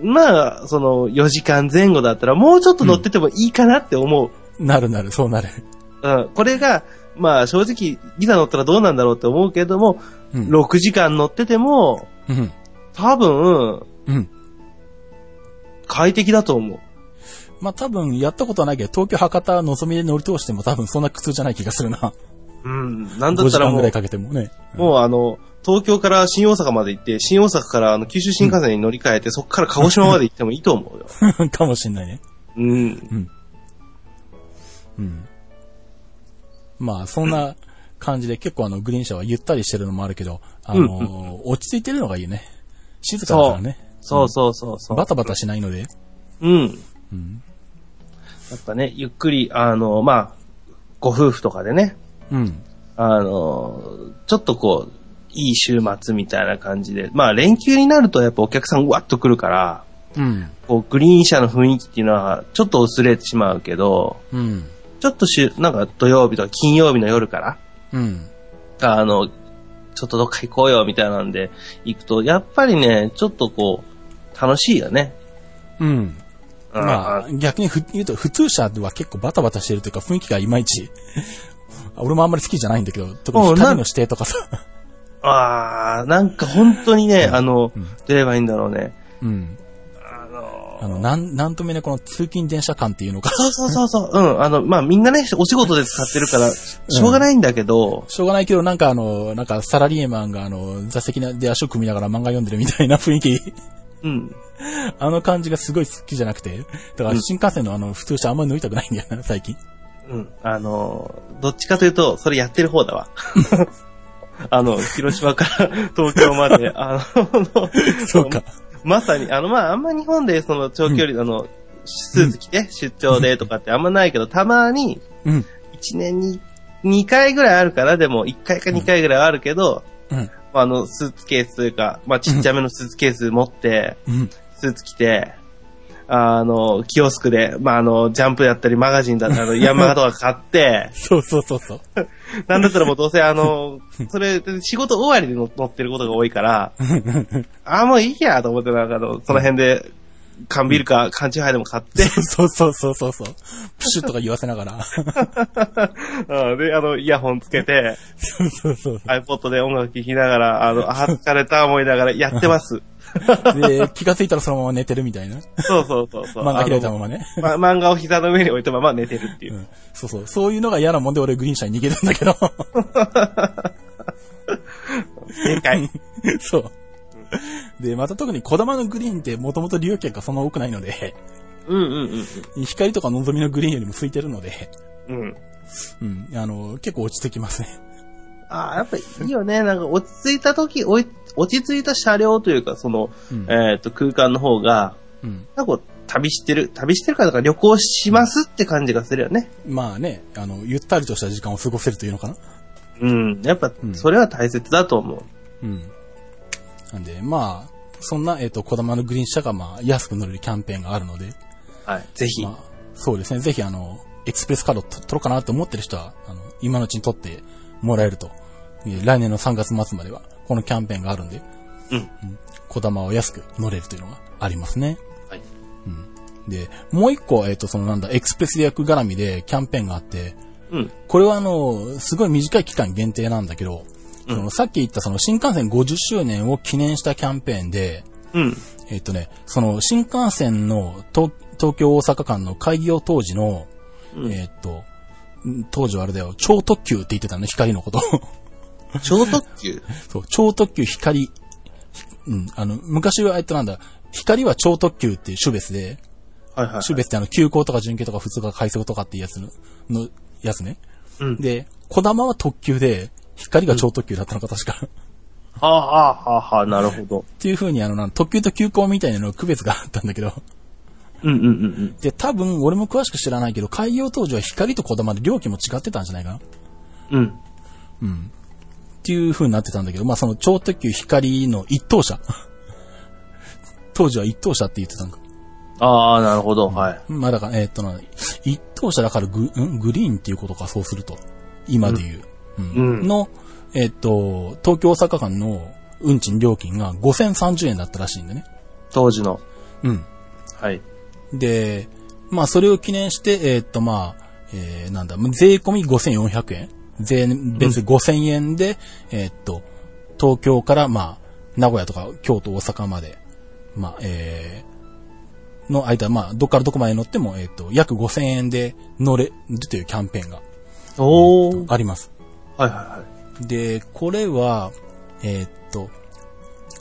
まあ、その、4時間前後だったら、もうちょっと乗っててもいいかなって思う。なるなる、そうなる。うん、これが、まあ、正直、いざ乗ったらどうなんだろうって思うけども、うん。 6時間乗ってても、うん。多分、うん。快適だと思う。まあ多分やったことはないけど、東京博多のぞみで乗り通しても多分そんな苦痛じゃない気がするな。うん、なんだ5った時ら間もぐうらい、かけてもね。 もうあの、東京から新大阪まで行って、新大阪からあの九州新幹線に乗り換えて、そっから鹿児島まで行ってもいいと思うよ。うんかもしんないね。 うん。うん。まあ、そんな感じで結構あの、グリーン車はゆったりしてるのもあるけど、あのー落ち着いてるのがいいね。静かだからね。そうそうそうそう。バタバタしないので。うん。うん。やっぱね、ゆっくり、あの、まあ、ご夫婦とかでね、うん。あの、ちょっとこう、いい週末みたいな感じで、まあ連休になるとやっぱお客さんわっと来るから、うん。こうグリーン車の雰囲気っていうのはちょっと薄れてしまうけど、うん。ちょっと週、なんか土曜日とか金曜日の夜から、うん。あの、ちょっとどっか行こうよみたいなんで行くと、やっぱりね、ちょっとこう、楽しいよね。うん。うんまあ、逆にふ言うと、普通車は結構バタバタしてるというか、雰囲気がいまいち。 俺もあんまり好きじゃないんだけど、特にうん光なの指定とかさ。 ああ、なんか本当にね、あのうん、どう言えばいいんだろうね。うん。あの、あの、なん、なんともね、この通勤電車感っていうのが、そうそうそうそう、うん、あの、まあみんなね、お仕事で使ってるから、しょうがないんだけど、 しょうがないけど、なんかあの、なんかサラリーマンがあの、座席で足を組みながら漫画読んでるみたいな雰囲気、 うん。あの感じがすごい好きじゃなくて、だから新幹線のあの、普通車あんまり乗りたくないんだよな、 最近。うん。あの、どっちかというと、それやってる 方だわ。あの、広島から東京まで、あの、そうか。まさに、あの、まあ、あんま日本で、その、長距離、あの、スーツ着て、出張でとかってあんまないけど、たまに、うん。 1年に2回ぐらいあるから、でも、1回か2回ぐらいはあるけど、うん。まああの、スーツケースというか、まあ、ちっちゃめのスーツケース持って、うん。スーツ着て、あの、キオスクで、まあ、あの、ジャンプやったり、マガジンだったり、ヤンマガとか買って、そうそうそう そう。 なんだったらもうどうせあの、それ、仕事終わりで乗乗ってることが多い から、ああ、もういいやと思って、なんかあの、その辺で、缶ビールか缶チューハイでも買 って、そうそうそうそうそう。プシュッとか言わせながら。 うんで、あの、イヤホンつけて、そうそうそう。 iPod で音楽聴きながら、 あの、あー、疲れた思いながらやってます。 で、気がついたらそのまま寝てるみたいな。そうそうそうそう。漫画開いたあままね。のま漫画を膝の上に置いたまま寝てるっていう う。ん。そうそう。そういうのが嫌なもんで俺グリーン車に逃げたんだけど。正解。そう。で、また特に小玉のグリーンってもともと利用客がそんな多くないので、うんうんうん光とか望みのグリーンよりも空いてるので、うん。うん。うん、あの、結構落ちてきますね。ああ、やっぱいいよね。なんか落ち着いた時、おい落ち着いた車両というか、その、うん。えっ、と、空間の方が、うん、なんかこう旅してる、旅してるから、なんか旅行しますって感じがするよね。まあね、あの、ゆったりとした時間を過ごせるというのかな。うん。やっぱう、んそれは大切だと思う。うん。なんで、まあ、そんな、えっ、と、小玉のグリーン車が、まあ、安く乗れるキャンペーンがあるので、はい。ぜひ。まあ、そうですね、ぜひ、あの、エクスプレスカードと取ろうかなと思ってる人は、あの、今のうちに取ってもらえると。えー来年の3月末までは、このキャンペーンがあるんで、うん小玉を安く乗れるというのがありますね。はい。うん。で、もう一個、えっ、と、そのなんだ、エクスプレス予約絡みでキャンペーンがあって、うん。これはあの、すごい短い期間限定なんだけど、うんそのさっき言ったその新幹線50周年を記念したキャンペーンで、うん。えっとね、その新幹線の東東京大阪間の開業当時の、うんえっと、ん当時はあれだよ、超特急って言ってたね、光のこと。 超特急。そう、超特急光。うん、あの、昔は、えっとなんだ、光は超特急っていう種別で、 はいはいはい。種別ってあの、急行とか準急とか普通とか快速とかっていうやつの、のやつね。うんで、小玉は特急で、光が超特急だったのか、確か。はあはあはあはあ、なるほど。っていう風に、あの、なん特急と急行みたいなのの区別があったんだけど。うんうんうんうん。で、多分、俺も詳しく知らないけど、開業当時は光と小玉で料金も違ってたんじゃないかなっうん。ていう風になってたんだけど、まあ、その超特急光の一等車。 当時は一等車って言ってたのか。ああ、なるほど。はい。まあ、だから、えーっとな、一等車だからグ、んグリーンっていうことか、そうすると。今で言う。うんうんの、えーっと、東京大阪間の運賃料金が5030円だったらしいんでね。当時の。うん。はい。で、まあ、それを記念して、えーっと、まあ、えー、なんだ、税込み5400円。税別5000円で、えーっと、東京から、まあ、名古屋とか京都、大阪まで、まあ、えー、の間、まあ、どっからどこまで乗っても、えーっと、約5000円で乗れるというキャンペーンがおー。あります。はいはいはい。で、これは、えーっと、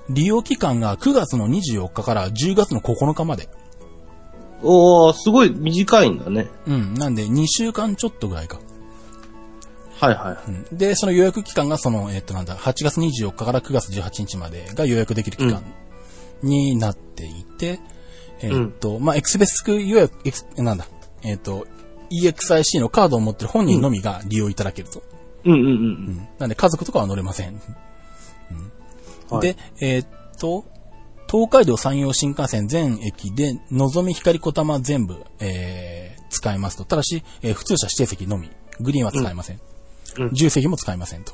利用期間が9月の24日から10月の9日まで。おー、すごい短いんだね。うん。なんで、2週間ちょっとぐらいか。はいはいはい。うんで、その予約期間がその、えっ、となんだ、8月24日から9月18日までが予約できる期間になっていて、えっ、と、まあ、エクスベスク予約、エクスなんだ、えっ、と、EXIC のカードを持ってる本人のみが利用いただけると。うんうんうんなんで家族とかは乗れません。うん。はいで、、えっ、と、東海道山陽新幹線全駅で、のぞみ光こたま全部、えー使えますと。ただし、えー普通車指定席のみ。グリーンは使えません。うん重席も使えませんと。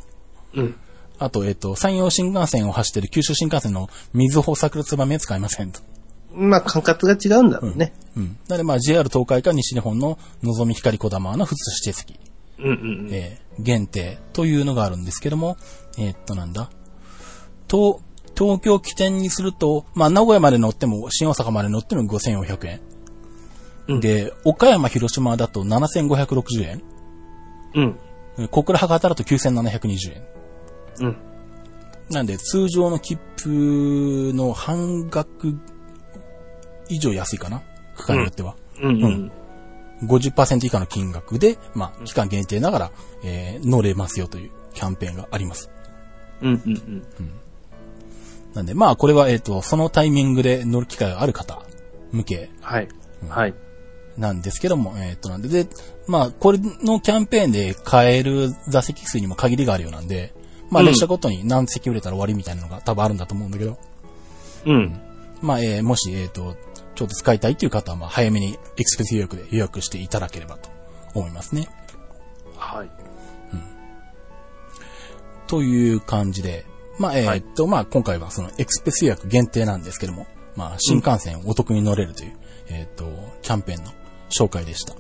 うん。あと、えっ、と、山陽新幹線を走ってる九州新幹線の水穂桜つばめは使いませんと。まあ、管轄が違うんだろうね。うん。なので、まあ、JR 東海か西日本ののぞみ光こだまの普通指定席、うんうんえー限定というのがあるんですけども、えーっと、なんだ。と、東京起点にすると、まあ、名古屋まで乗っても、新大阪まで乗っても5400円。うんで、岡山、広島だと7560円。うん。うん。小倉博多だと9720円。うん。なんで、通常の切符の半額以上安いかな区間によっては。うんうん。 50%以下の金額で、まあ、期間限定ながら、えー乗れますよというキャンペーンがあります。うんうんうん。なんで、まあ、これは、えっ、と、そのタイミングで乗る機会がある方向けはい。はい。なんですけども、えっ、と、なんで、で、まあ、これのキャンペーンで買える座席数にも限りがあるようなんで、まあ、うん列車ごとに何席売れたら終わりみたいなのが多分あるんだと思うんだけど、うん。まあ、えーもし、えっ、と、ちょっと使いたいっていう方は、まあ、早めにエクスプレス予約で予約していただければと思いますね。はい。という感じで、まあ、えーっと、まあ、今回はそのエクスプレス予約限定なんですけども、まあ、新幹線お得に乗れるという、えーっと、キャンペーンの紹介でした。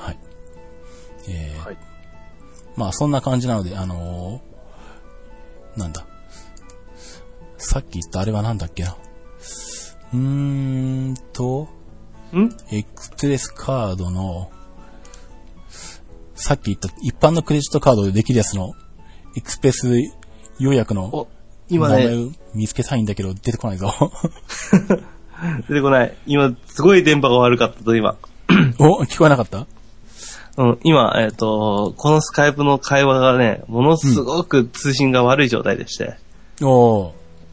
はい。えーはいまあ、そんな感じなので、あのーなんだ。さっき言ったあれはなんだっけな。うーんと、んエクスプレスカードの、さっき言った一般のクレジットカードでできるやつの、エクスプレス予約のお、今名前ね、を見つけたいんだけど出てこない ぞ。出てこない。今、すごい電波が悪かったと、今。お、聞こえなかったうん、今、えっ、と、このスカイプの会話がね、ものすごく通信が悪い状態でして、おー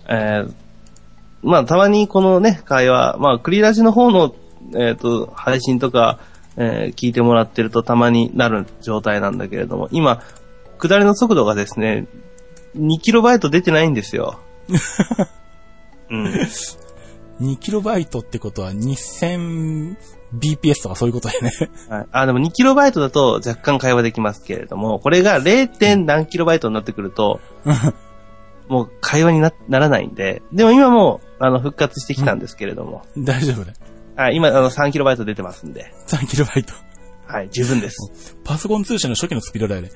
えーまあ、たまにこのね、会話、まあ、クリラジの方の、えっ、と、配信とか、えー聞いてもらってるとたまになる状態なんだけれども、今、下りの速度がですね、2kB 出てないんですよ。うん。 2kB ってことは 2000bps とかそういうことだよね。 はい、あ、でも 2kB だと若干会話できますけれども、これが 0. 点何 kB になってくると、もう会話になならないんで、でも今もうあの復活してきたんですけれども、大丈夫だよ。はい、今あの 3kB 出てますんで、 3kB。はい、十分です。パソコン通信の初期のスピードだよね。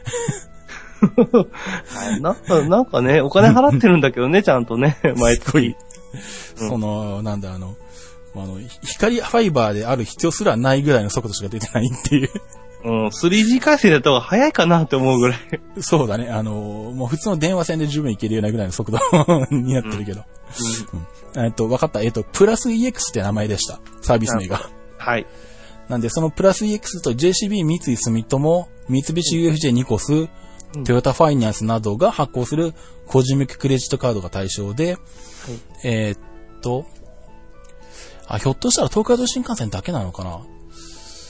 はい、なんか、なんかね、お金払ってるんだけどね、ちゃんとね、毎すごい月。。う んその、なんだ、あの、あの、光ファイバーである必要すらないぐらいの速度しか出てないっていう。うん、3G 回線だった方が早いかなって思うぐらい。そうだね。あのーもう普通の電話線で十分いけるようなぐらいの速度になってるけど。えっと、わかった。えっと、プラス EX って名前でした。サービス名が。はい。なんで、そのプラス EX と JCB 三井住友、三菱 UFJ ニコス、トヨタファイナンスなどが発行する個人向けクレジットカードが対象で、えーっと、あ、ひょっとしたら東海道新幹線だけなのかな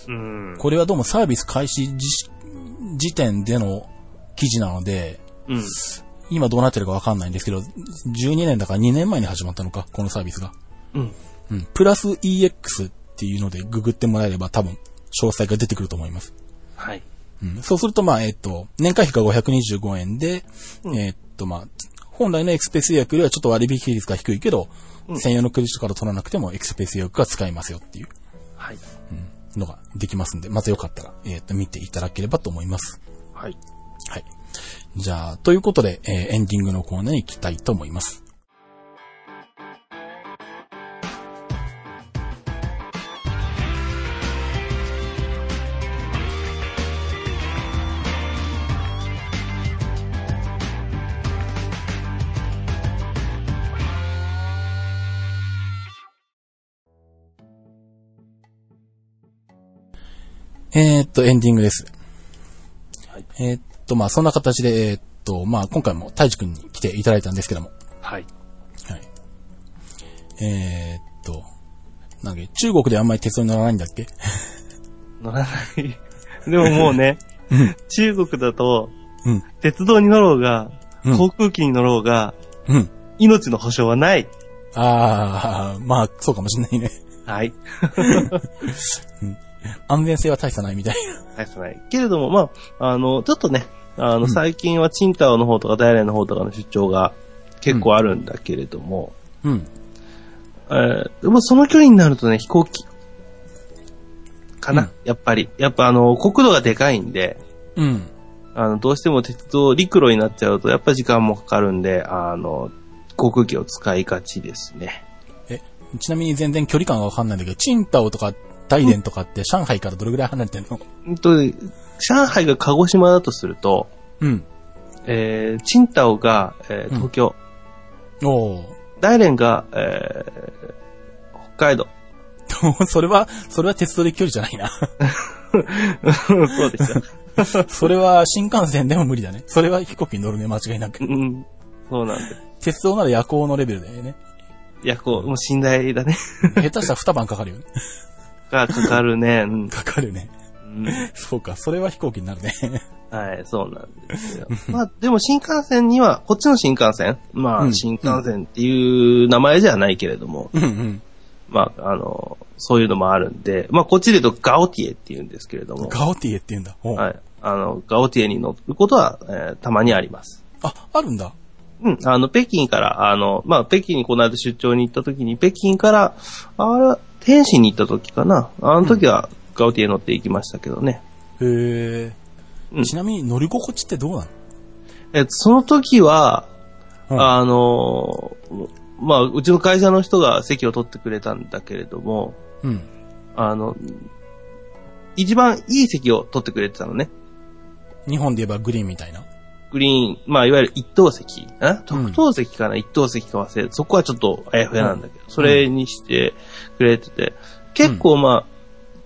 うん。これはどうもサービス開始時時点での記事なので、うん。今どうなってるかわかんないんですけど、12年だから2年前に始まったのか、このサービスが。うん。うん。プラス EX っていうのでググってもらえれば多分、詳細が出てくると思います。はい。うん。そうすると、まあ、えっ、と、年会費が525円で、えっ、と、まあ、本来のエクスペース予約よりはちょっと割引率が低いけど、専用のクレジットカード取らなくてもエクスペース予約が使えますよっていうはい。のができますんで、まずよかったら、えっ、と、見ていただければと思います。はい。はい。じゃあ、ということで、えーエンディングのコーナーに行きたいと思います。えーっと、エンディングです。えーっと、まあ、そんな形で、えーっと、まあ、今回も太一くんに来ていただいたんですけども、はい。はい。えーっと、なんだっけ中国であんまり鉄道に乗らないんだっけ乗らない。でももうね、中国だと、うん。鉄道に乗ろうが、うん航空機に乗ろうが、うん。命の保証はない。あー、まあ、そうかもしんないね。 はい。安全性は大差ないみたい大差ない。けれども、まあ、あの、ちょっとね、あの、最近はチンタオの方とかダイレイの方とかの出張が結構あるんだけれども、な。うん。えーでもその距離になるとね、飛行機、かな、うんやっぱり。やっぱあの、国土がでかいんで、うん。あの、どうしても鉄道、陸路になっちゃうと、やっぱ時間もかかるんで、あの、航空機を使いがちですね。ちなみに全然距離感がわかんないんだけど、チンタオとか大連とかって上海からどれぐらい離れてんのうんと、上海が鹿児島だとすると、うん。えー、チンタオが、えーうん東京、おー。大連が、えー、北海道。 と それは、それは鉄道で距離じゃないな。 そうでした。それは新幹線でも無理だね。それは飛行機に乗るね、間違いなくう。ん、そうなんです。鉄道なら夜行のレベルだよね。いや、こう、もう寝台だね。下手したら二晩かかるよね。がかかるね。うんかかるね。うんそうか、それは飛行機になるね。はい、そうなんですよ。まあ、でも新幹線には、こっちの新幹線、まうあ、ん新幹線っていう名前じゃないけれども、うんうん。まあ、あの、そういうのもあるんで、まあ、こっちで言うとガオティエって言うんですけれども、ガオティエって言うんだ。ほうはい。あの、ガオティエに乗ることは、えーたまにあります。あ、あるんだ。うん。あの、北京から、あの、まあ、北京にこの間出張に行った時に、北京から、あれは、天津に行った時かな。あの時は、ガオティエ乗って行きましたけどね。へうえ。んちなみに乗り心地ってどうなのえ、その時は、うんあの、まあ、うちの会社の人が席を取ってくれたんだけれども、うん。あの、一番いい席を取ってくれてたのね。日本で言えばグリーンみたいな。グリーン、まあ、いわゆる一等席。あ特等席かな、一等席か忘れてそこはちょっとあやふやなんだけど、それにしてくれてて、結構まあ、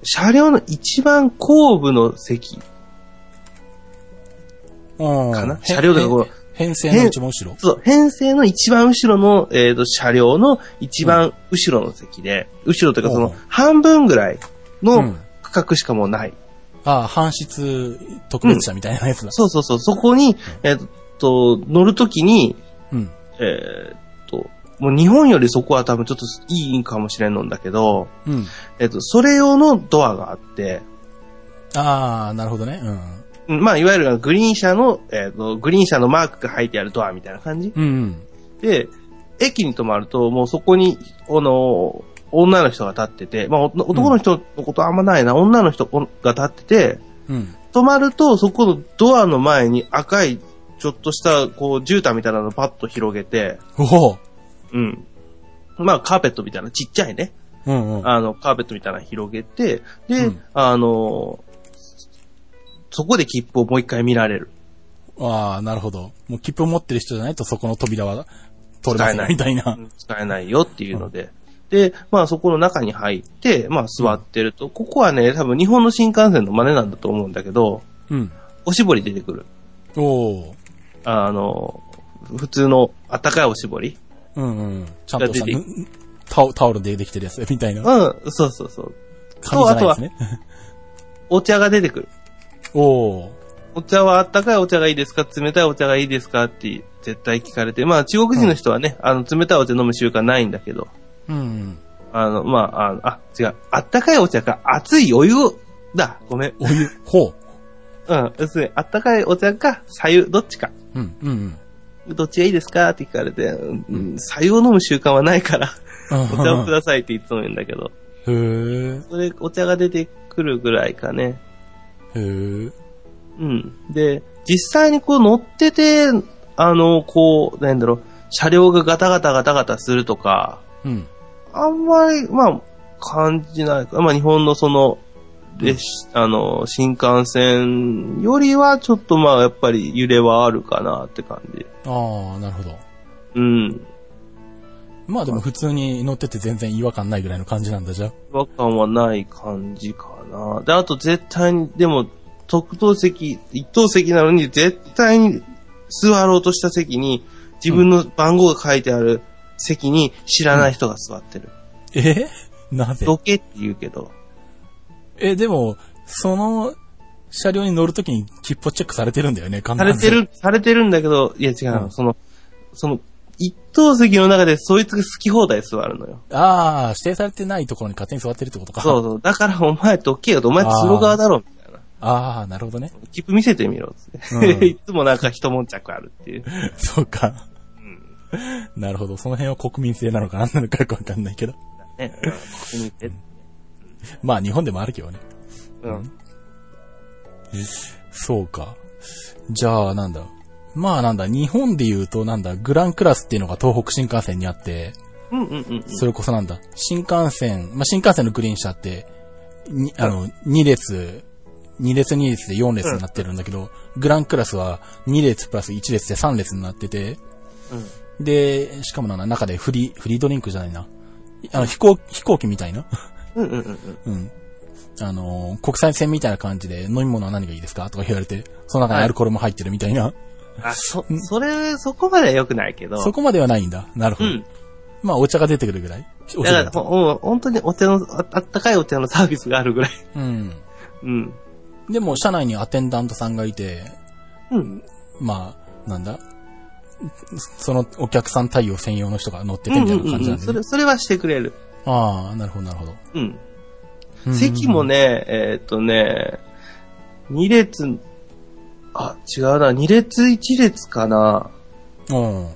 車両の一番後部の席うん。かな、へ車両とかこのへ編成の一番後ろ。そう、編成の一番後ろの、えーと車両の一番後ろの席で、後ろというかそうんの半分ぐらいうんの区画しかもうない。ああ、搬出特別車みたいなやつだ。そうそうそう、そこに、えっ、と、乗るときに、うん。えっ、と、もう日本よりそこは多分ちょっといいんかもしれんのんだけど、うん。えっ、と、それ用のドアがあって、ああ、なるほどね。うん。うんまあ、いわゆるグリーン車の、えっ、と、グリーン車のマークが入ってあるドアみたいな感じうん。で、駅に止まると、もうそこに、あの、女の人が立ってて、まあ、お男の人のことはあんまないな、女の人が立ってて、うん。止まると、そこのドアの前に赤い、ちょっとした、こう、絨毯みたいなのをパッと広げて、おお。うん。まあ、カーペットみたいな、ちっちゃいね、うんうん。あの、カーペットみたいなの広げて、で、うんあの、そこで切符をもう一回見られる。ああ、なるほど。もう切符を持ってる人じゃないとそこの扉は取れませ使えなんいみたいな。使えないよっていうので。で、まあそこの中に入って、まあ座ってると、ここはね、多分日本の新幹線の真似なんだと思うんだけど、うん。おしぼり出てくる。おお。あの、普通のあったかいおしぼり。うんうん。ちゃんとした出てぬタオタオルでできてるやつみたいなう。ん、そうそうそう。紙じゃないですね。お茶が出てくる。おおお茶はあったかいお茶がいいですか冷たいお茶がいいですかって絶対聞かれて、まあ中国人の人はね、あの冷たいお茶飲む習慣ないんだけど、ー。うんうん。あの、まあ、あのあ、違う。あったかいお茶か熱いお湯をだ。ごめん。お湯。ほう。うん、要するにあったかいお茶か左右どっちか。うんうんうん。どっちがいいですかって聞かれて、うん、白湯を飲む習慣はないから、お茶をくださいっていつも言うんだけど、 へえ。それ、お茶が出てくるぐらいかね。へえ。うん。で、実際にこう乗ってて、あの、こう、なんだろう、車両がガタガタガタガタするとか、うん。あんまり、まあ、感じないか。まあ、日本のその、列あの、新幹線よりは、ちょっとまあ、やっぱり揺れはあるかなって感じ。ああ、なるほど。うん。まあでも普通に乗ってて全然違和感ないぐらいの感じなんだじゃあ。違和感はない感じかな。で、あと絶対に、でも、特等席、一等席なのに、絶対に座ろうとした席に、自分の番号が書いてある席に知らない人が座ってる。えなぜどけって言うけど。え、でも、その、車両に乗るときに切符をチェックされてるんだよね、必ず。されてる、されてるんだけど、いや違うの、うんその、その、一等席の中でそいつが好き放題座るのよ。ああ、指定されてないところに勝手に座ってるってことか。そうう。そう。だからお前どけよと、お前通路側だろ、みたいな。ああ、なるほどね。切符見せてみろ、つって。うんいつもなんか一悶着あるっていう。 そうか。なるほど。その辺は国民性なのか何なのかよくわかんないけど。ね。うんまあ日本でもあるけどね。うん。そうか。じゃあ、なんだ。まあなんだ、日本で言うとなんだ、グランクラスっていうのが東北新幹線にあって、うんうんうん。それこそなんだ、新幹線、まあ新幹線のグリーン車って、にあの、2列、2列2列で4列になってるんだけど、グランクラスは2列プラス1列で3列になってて、うんで、しかもなんだ、中でフリー、フリードリンクじゃないな。あの、飛行、飛行機みたいな うんうんうんうん。うん。あの、国際線みたいな感じで、飲み物は何がいいですかとか言われて、その中にアルコールも入ってるみたいな。あ、そ、それ、そこまでは良くないけど。そこまではないんだ。なるほうど。ん。まあ、お茶が出てくるぐらい。お茶だから、だと。ほうん、本当にお茶の、ああったかいお茶のサービスがあるぐらい。うん。うん。でも、社内にアテンダントさんがいて、うん。まあ、なんだそのお客さん対応専用の人が乗っててうんみたういんなう感じんなんうん。で、それ、それはしてくれる。ああ、なるほど、なるほど。うん。うん席も。ね、えーっとね、2列、あ、違うな、2列1列かな。うん。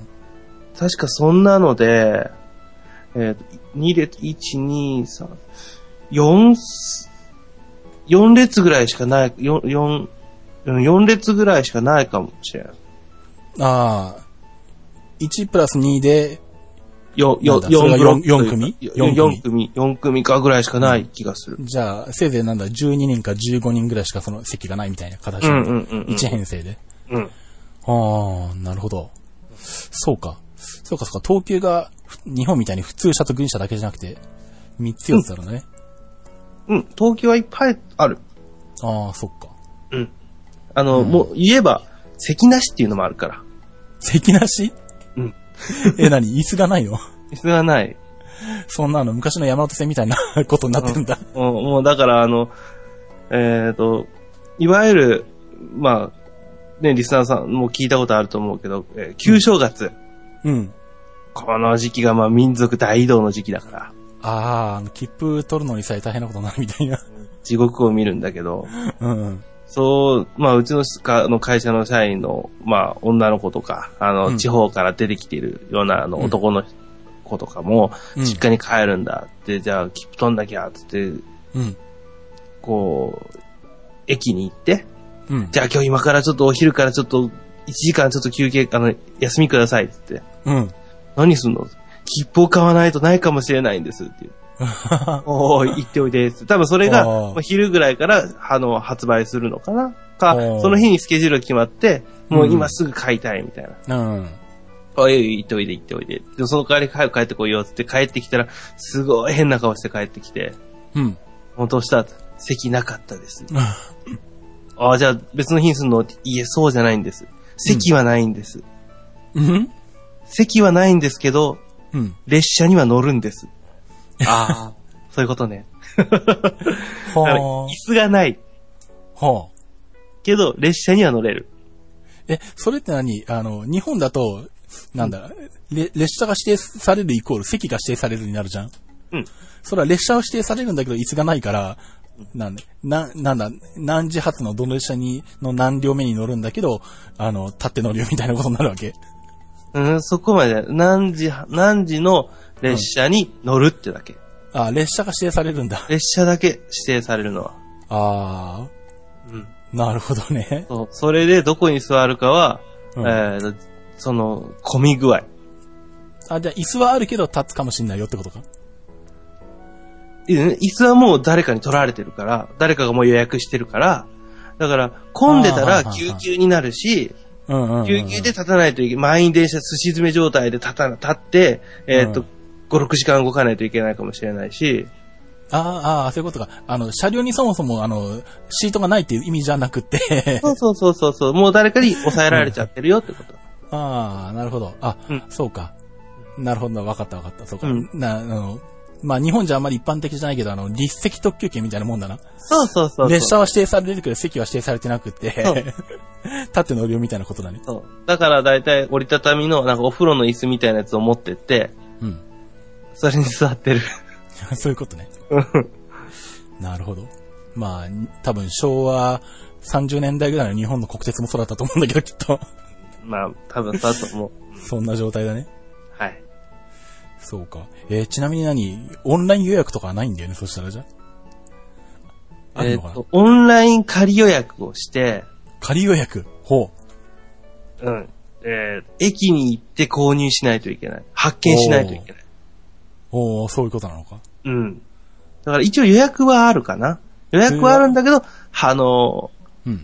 確かそんなので、えー、2列、1、2、3、4、4列ぐらいしかない、4、4、4列ぐらいしかないかもしれない。ああ。1プラス2で、よなよんだそれが4ブロック四四組四組 ?4 組。4組かぐらいしかない気がする。じゃあ、せいぜいなんだ、12人か15人ぐらいしかその席がないみたいな形うんなうんだ。んうんうん。 1編成で。うん。ああ、なるほど。そうか。そうか、そうか。等級が、ふ日本みたいに普通車と軍車だけじゃなくて、3つ4つあるのね。うん。東京はいっぱいある。ああ、そっか。あの、もう言えば、席なしっていうのもあるから。席なしうん。 え、何椅子がないの椅子がない。そんなの昔の山手線みたいな ことになってるんだ。もう、もうだからあの、えっ、と、いわゆる、まあ、ね、リスナーさんも聞いたことあると思うけど、えー旧正月。うん。この時期がまあ民族大移動の時期だから、ああ、あの切符取るのにさえ大変なことになるみたいな。地獄を見るんだけど、うんうん。そう、まあ、うちのしかあの会社の社員の、まあ、女の子とか、あの、うん地方から出てきているような、あの、うん男の子とかも、うん実家に帰るんだって、じゃあ、切符取んなきゃ、つって、うん。こう、駅に行って、うん。じゃあ今日今からちょっとお昼からちょっと、1時間ちょっと休憩、あの、休みください、つって。うん。何すんの切符を買わないとないかもしれないんです、っていう。おお行っておいで、つって多分それが、あーまあ昼ぐらいから、あの、発売するのかなかあー、その日にスケジュールが決まって、もううん今すぐ買いたい、みたいな。うん。おい、行っておいで、行っておいで。でその代わり早く帰ってこいよ、つって帰ってきたら、すごい変な顔して帰ってきて、うん。本当したら、席なかったです。ああ、じゃあ別の日にすんのっていえ、そうじゃないんです。席はないんです。うん席はないんですけど、うん。列車には乗るんです。ああ。 そういうこと ね。だからは椅子がない。あ。はあ。けど、列車には乗れる。え、それって何あの、日本だと、なんだ、れ列車が指定されるイコール席が指定されるになるじゃんうん。それは列車を指定されるんだけど椅子がないから、なんだ、な、なんだ、何時発のどの列車に、の何両目に乗るんだけど、あの、立って乗るよみたいなことになるわけ。うん、そこまで。何時、何時の列車に乗るってだけ。あ、列車が指定されるんだ。列車だけ指定されるのは。あうん。ー、なるほどね。そう。それでどこに座るかは、うんえーと、その、混み具合。あ、じゃあ椅子はあるけど立つかもしんないよってことか。うん椅子はもう誰かに取られてるから、誰かがもう予約してるから、だから、混んでたあーはいらはい救はい急になるし、うんうんうん、うん。救急で立たないといけ、満員電車すし詰め状態で立たな、立って、えーっうとん、 5、6時間動かないといけないかもしれないし、あーあー、そういうことか。あの、車両にそもそも、あの、シートがないっていう意味じゃなくて。そうそうそうそうそう、もう誰かに抑えられちゃってるよってこと。ああ、なるほど。あ、うんそうか。なるほど。わかったわかった。そうか。うんな、あの、まあ、日本じゃあんまり一般的じゃないけど、あの、立席特急券みたいなもんだな。そうそうそうそう。列車は指定されるけど、席は指定されてなくてそう、 立って乗るよみたいなことだね。 そう。だから大体折りたたみの、なんかお風呂の椅子みたいなやつを持ってって、うん。それに座ってる。 そういうことね。なるほど。まあ、多分昭和30年代ぐらいの日本の国鉄もそうだったと思うんだけど、きっと。 まあ、多分そうだと思う。そんな状態だね。はい。そうか。えーちなみに何オンライン予約とかはないんだよね、そしたらじゃあ。あえるっ、のかな、と、オンライン仮予約をして、仮予約。ほう。うん。えー駅に行って購入しないといけない。発見しないといけない。おー、そういうことなのか。うん。だから一応予約はあるかな。予約はあるんだけど、あのうん。ー、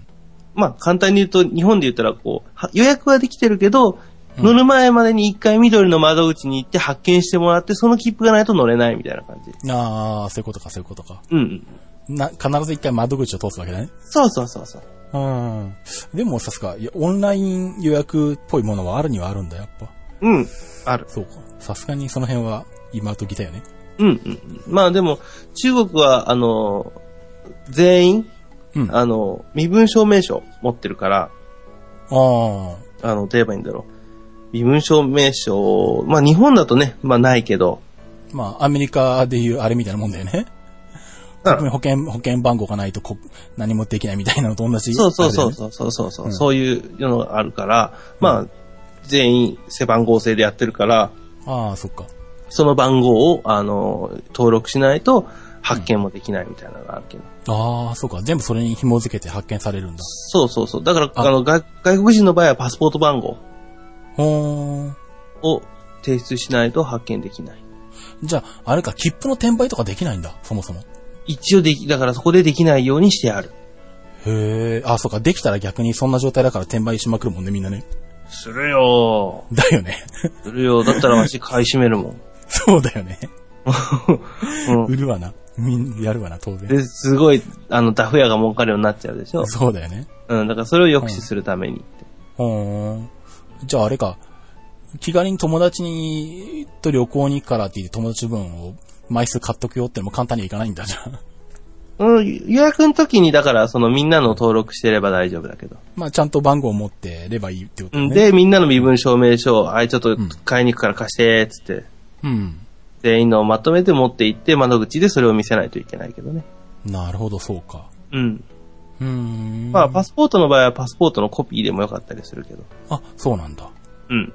まあ、簡単に言うと、日本で言ったらこう、は予約はできてるけど、うん乗る前までに一回緑の窓口に行って発見してもらって、その切符がないと乗れないみたいな感じ。あー、そういうことか、そういうことか。うんうん。な、必ず一回窓口を通すわけだね。そうそうそうそう。うん。でもさすが、いやオンライン予約っぽいものはあるにはあるんだ、やっぱ。うん。ある。そうか。さすがにその辺は今時だよね。うんうん。まあでも、中国は、あのー、全員、うん。ああのー、身分証明書持ってるから、ー。あの、どう言えばいいんだろう。身分証明書、まあ日本だとね、まあないけど、まあ、アメリカでいうあれみたいなもんだよね。うん保険、保険番号がないとこ何もできないみたいなのと同じ。そうそうあそれうだよねそうそうそうそう、うんそういうのがあるから、まあ、全員背番号制でやってるから、ああ、そっか。その番号を、あの、登録しないと発見もできないみたいなのがあるけど。ああ、そうか。全部それに紐づけて発見されるんだ。そうそうそう。だから、ああの、外外国人の場合はパスポート番号ほーん。を提出しないと発見できない。じゃあ、あれか、切符の転売とかできないんだ、そもそも。一応でき、だからそこでできないようにしてある。へえ、あ、そうか、できたら逆にそんな状態だから転売しまくるもんね、みんなね。するよ だよね。 するよだったらわし買い占めるも ん。そうだよね。うん売るわな。みん、やるわな、当然。で、すごい、あの、ダフ屋が儲かるようになっちゃうでしょ。そうだよね。うん、だからそれを抑止するためにって。ほーん。じゃああれか、気軽に友達に、と旅行に行くからって言って友達分を枚数買っとくよってのも簡単にはいかないんだじゃん。うん、予約の時に、だから、そのみんなの登録してれば大丈夫だけど。 まあちゃんと番号を持ってればいいってことうだん、ね。、で、みんなの身分証明書、あれちょっと買いに行くから貸して、つって、うん。全員のをまとめて持って行って、窓口でそれを見せないといけないけどね。なるほど、そうか。うん。うーん。まあ、パスポートの場合はパスポートのコピーでもよかったりするけど。あ、そうなんだ。うん。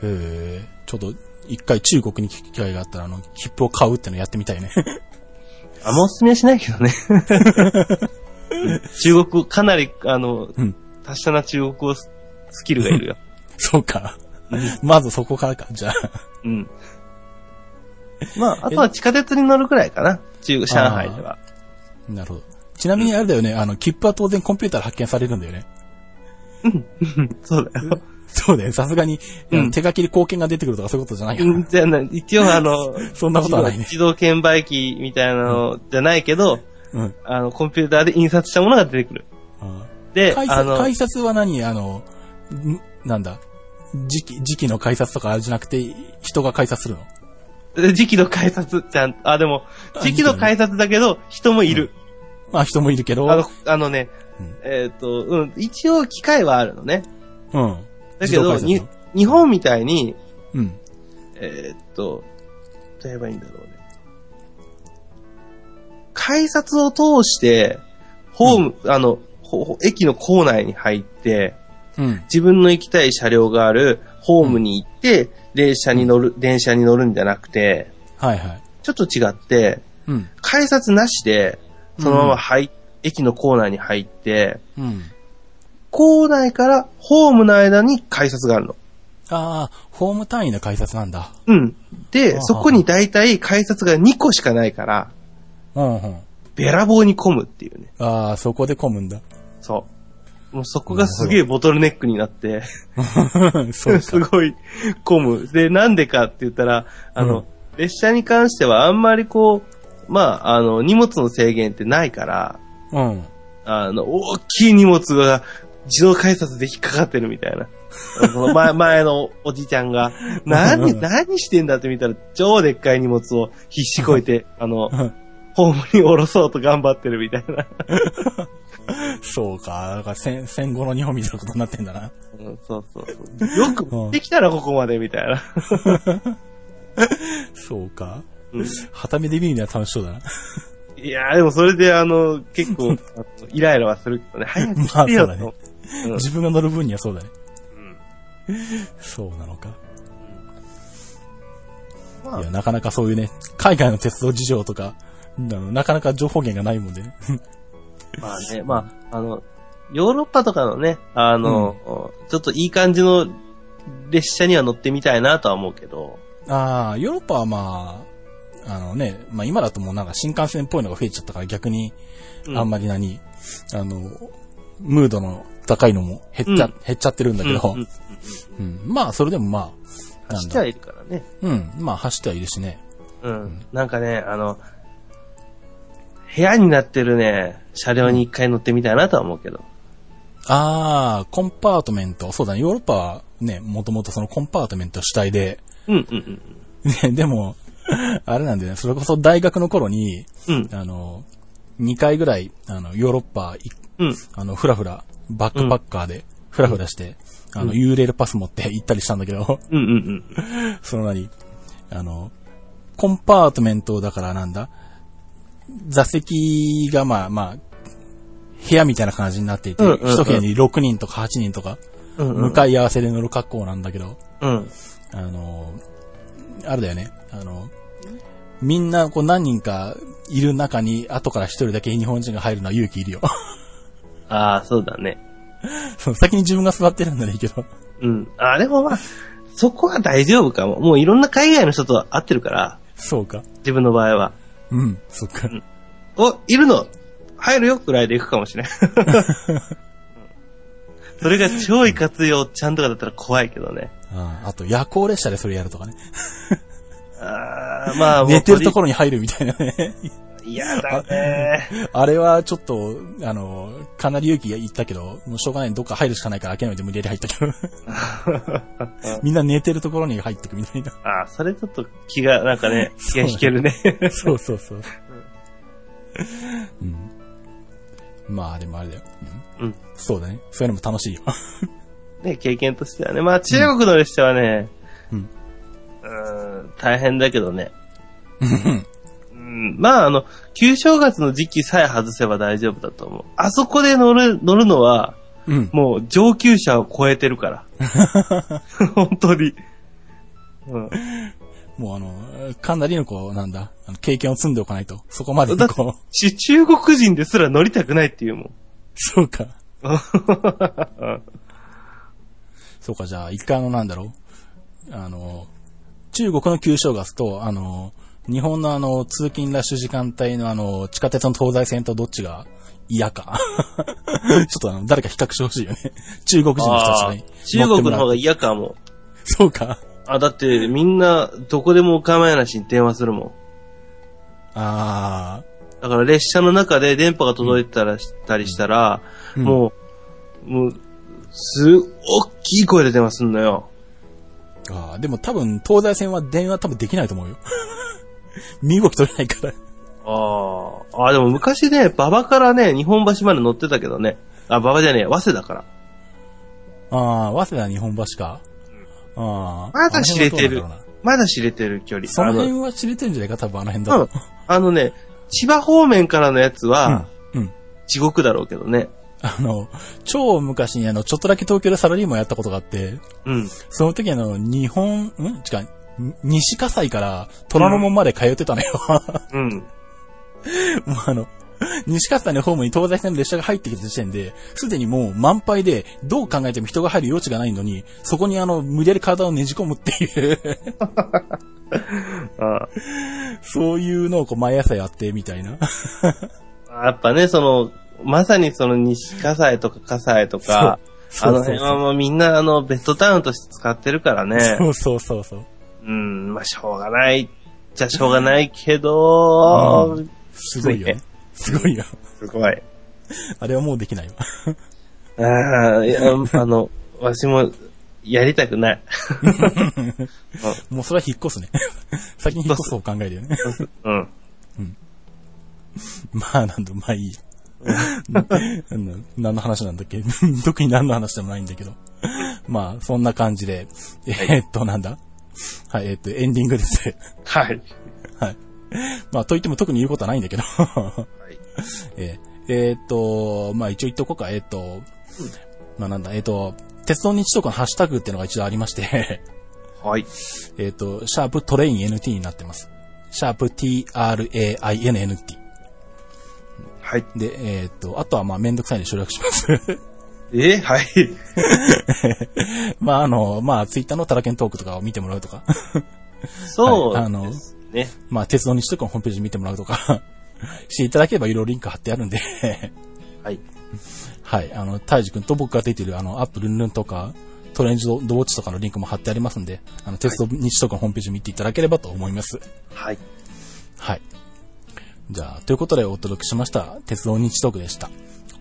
へえ、ちょっと、一回中国に聞く機会があったら、あの、切符を買うってのやってみたいね。 あ、もうおすすめはしないけどね。うん中国、かなり、あの、うん達者な中国語ススキルがいるよ。そうか。まずそこからか、じゃあ。うん。まあ、あとは地下鉄に乗るくらいかな。中国、上海では。なるほど。ちなみにあれだよね、あの、切符は当然コンピューターで発見されるんだよね。そうだよ。そうだよ、さすがに、うんあの手書きで貢献が出てくるとかそういうことじゃないかうらん。じゃあな、一応あの、 そんなことはないね。自動自動券売機みたいなのじゃないけど、うん。あの、コンピューターで印刷したものが出てくる。あで、改あ札、の、改札は何あの、んなんだ。時期、時期の改札とかあれじゃなくて、人が改札するので時期の改札ちゃん、あ、でも、あ時期の改札だけど、人もいる。まあ人もいるけど、あの、あのね、うんえっ、と、うん、一応機械はあるのね。うん。だけ自ど、動改札に日本みたいに、うん。えっ、と、どう言えばいいんだろうね。改札を通して、ホーム、あの、ほほ駅の構内に入って、うん。自分の行きたい車両があるホームに行って、列車に乗る、電車に乗るんじゃなくて、はいはい。ちょっと違って、うん。改札なしで、そのまま入、駅の構内に入って、うん。構内からホームの間に改札があるの。ああ、ホーム単位の改札なんだ。うん。であ、そこに大体改札が2個しかないから、うんうん。べらぼうに混むっていうね。ああ、そこで混むんだ。そう。もうそこがすげえボトルネックになって、 そう すか。ごい混む。で、なんでかって言ったら、あの、うん列車に関してはあんまりこう、まあ、あの、荷物の制限ってないから、うん。あの、大きい荷物が自動改札で引っかかってるみたいな。その前、 前のおじちゃんが、何、何してんだって見たら、超でっかい荷物を必死こいて、あの、ホームに降ろそうと頑張ってるみたいな。そうか。だから戦戦後の日本みたいなことになってんだな。うん そうそうそう。よく持ってきたらここまでみたいな。そうか。うんはためで見るには楽しそうだな。いやーでもそれであの、結 構、あのイライラはするけどね。早く来てよまあそうと。うん自分が乗る分にはそうだね。うんそうなのか。まあいや、なかなかそういうね、海外の鉄道事情とか、あのなかなか情報源がないもんでね。まあね、まあ、あの、ヨーロッパとかのね、あの、ちょっといい感じの列車には乗ってみたいなとは思うけど、ああ、ヨーロッパはまあ、あのね、まあ今だともうなんか新幹線っぽいのが増えちゃったから逆に、うんあんまり何、あの、ムードの高いのも減っちゃ、うん減っちゃってるんだけど、うんうんうんうんまあ、それでもまあ、な走んってだはいるからね。うん、まあ走ってはいるしね。うん。なんかね、あの、部屋になってるね、車両に一回乗ってみたいなとは思うけど。ああ、コンパートメント。そうだね、ヨーロッパはね、もともとそのコンパートメント主体で、 うんうんうん。ね、でも、あれなんだよね、それこそ大学の頃に、うん。あの、2回ぐらい、あの、ヨーロッパい、うん。あの、ふらふら、バックパッカーで、ふらふらして、あの、URL パス持って行ったりしたんだけど、うんうんうん。その何あの、コンパートメントだからなんだ座席がまあまあ、部屋みたいな感じになっていて、うん一、うんうん部屋に6人とか8人とか、うんうん向かい合わせで乗る格好なんだけど、うん。あの、あれだよね、あの、みんなこう何人かいる中に後から一人だけ日本人が入るのは勇気いるよ。 ああ、そうだね。その先に自分が座ってるんならいいけど。うん。あー、でもまあ、そこは大丈夫かも。もういろんな海外の人と会ってるから、そうか。自分の場合は。うん、そっか。お、いるの入るよくらいで行くかも しれない。それが超いかついおっちゃんとかだったら怖いけどね。ああと夜行列車でそれやるとかね。ああ、まあ、 寝てるところ。ろに入るみたいなね。 嫌だね。あれはちょっと、あの、かなり勇気がいったけど、もうしょうがない、どっか入るしかないから諦めて無理やり入ったけど。 みんな寝てるところに入ってくみたいな。ああ、それちょっと気が、なんかね、気うが引けるね。 そうそうそう。うん。まあ、でもあれだよ。うん。そうだね。そういうのも楽しいよ。ね、経験としてはね。まあ、中国の列車はね、うんうーん、大変だけどね。うん、まあ、あの、旧正月の時期さえ外せば大丈夫だと思う。あそこで乗る、乗るのは、うん。もう上級者を超えてるから。 本当に。うんもうあの、かなりのこう、なんだ、あの経験を積んでおかないと。そこまでだにってこう、し中国人ですら乗りたくないっていうもん。 そうか。うんそうか、じゃあ、一回あの、なんだろう。あの、中国の旧正月と、あの、日本のあの、通勤ラッシュ時間帯のあの、地下鉄の東西線とどっちが嫌か。 ちょっとあの、誰か比較してほしいよね。中国人の人たちあにー。中国の方がいい。嫌かも。そうか。あ、だってみんなどこでもお構いなしに電話するもん。あだから列車の中で電波が届いてたら、したりしたら、うんもう、もう、す、大きい声で電話すんのよ。ーあー。でも多分、東西線は電話多分できないと思うよ。 身動き取れないから。ああ。あーでも昔ね、馬場からね、日本橋まで乗ってたけどね。あ、馬場じゃねえ、早稲田から。ああ、早稲田日本橋か。ああ。まだ知れてあの辺はどうなるんだろうな。まだ知れてる距離。そのあ辺は知れてるんじゃないか多分あの辺だのうとん。。あのね、千葉方面からのやつは、うん。うん。地獄だろうけどね。あの、超昔にあの、ちょっとだけ東京でサラリーマンやったことがあって、うん。その時あの、日本、ん違う、に西葛西から虎ノ門まで通ってたのよ。うん。も うあの、西葛西のホームに東西線の列車が入ってきた時点で、すでにもう満杯で、どう考えても人が入る余地がないのに、そこにあの、無理やり体をねじ込むっていう、 あそういうのをこう、毎朝やって、みたいな。ーやっぱね、その、まさにその西葛西とか葛西とか、そ あうのそう辺はもうみんなあの、ベッドタウンとして使ってるからね。そうそうそうそう。うん、まあしょうがない。じゃしょうがないけど、うすごいよね。すごいよ。すごい。あれはもうできないわ。ああ、いや、あの、わしも、やりたくない。もうそれは引っ越す ね。先に引っ越すを考えるよね。うん。まあ、なんだ、まあいいや。うん何の話なんだっけ 特に何の話でもないんだけど。まあ、そんな感じで。えーっと、なんだはい、えーっと、エンディングです。はい。はい。まあ、と言っても特に言うことはないんだけど。 えーえーっと、まあ一応言っとこうか。えーっと、まあなんだ、えーっと、鉄道日とかのハッシュタグっていうのが一度ありまして、 はい。えーっと、シャープトレイン NT になってます。シャープ TRAINNT。はい。で、えーっと、あとはまあめんどくさいんで省略します。えーはい。 まああの、まあツイッターのタラケントークとかを見てもらうとか、そうはいあのですね。まあ鉄道日とかのホームページ見てもらうとか、 していただければいろいろリンク貼ってあるんで、 はい。はい、あの、タイジ君と僕が出ているあの、アップルンルンとか、トレンジドウォッチとかのリンクも貼ってありますんで、あの、鉄道日とかのホームページ見ていただければと思います。はい。はい。じゃあ、ということでお届けしました、鉄道日トークでした。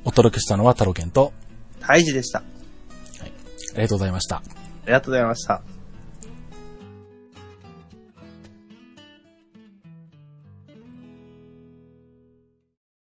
お届けしたのはタロケンと、大事でした。あはい、ありがとうございました。りがとうございました。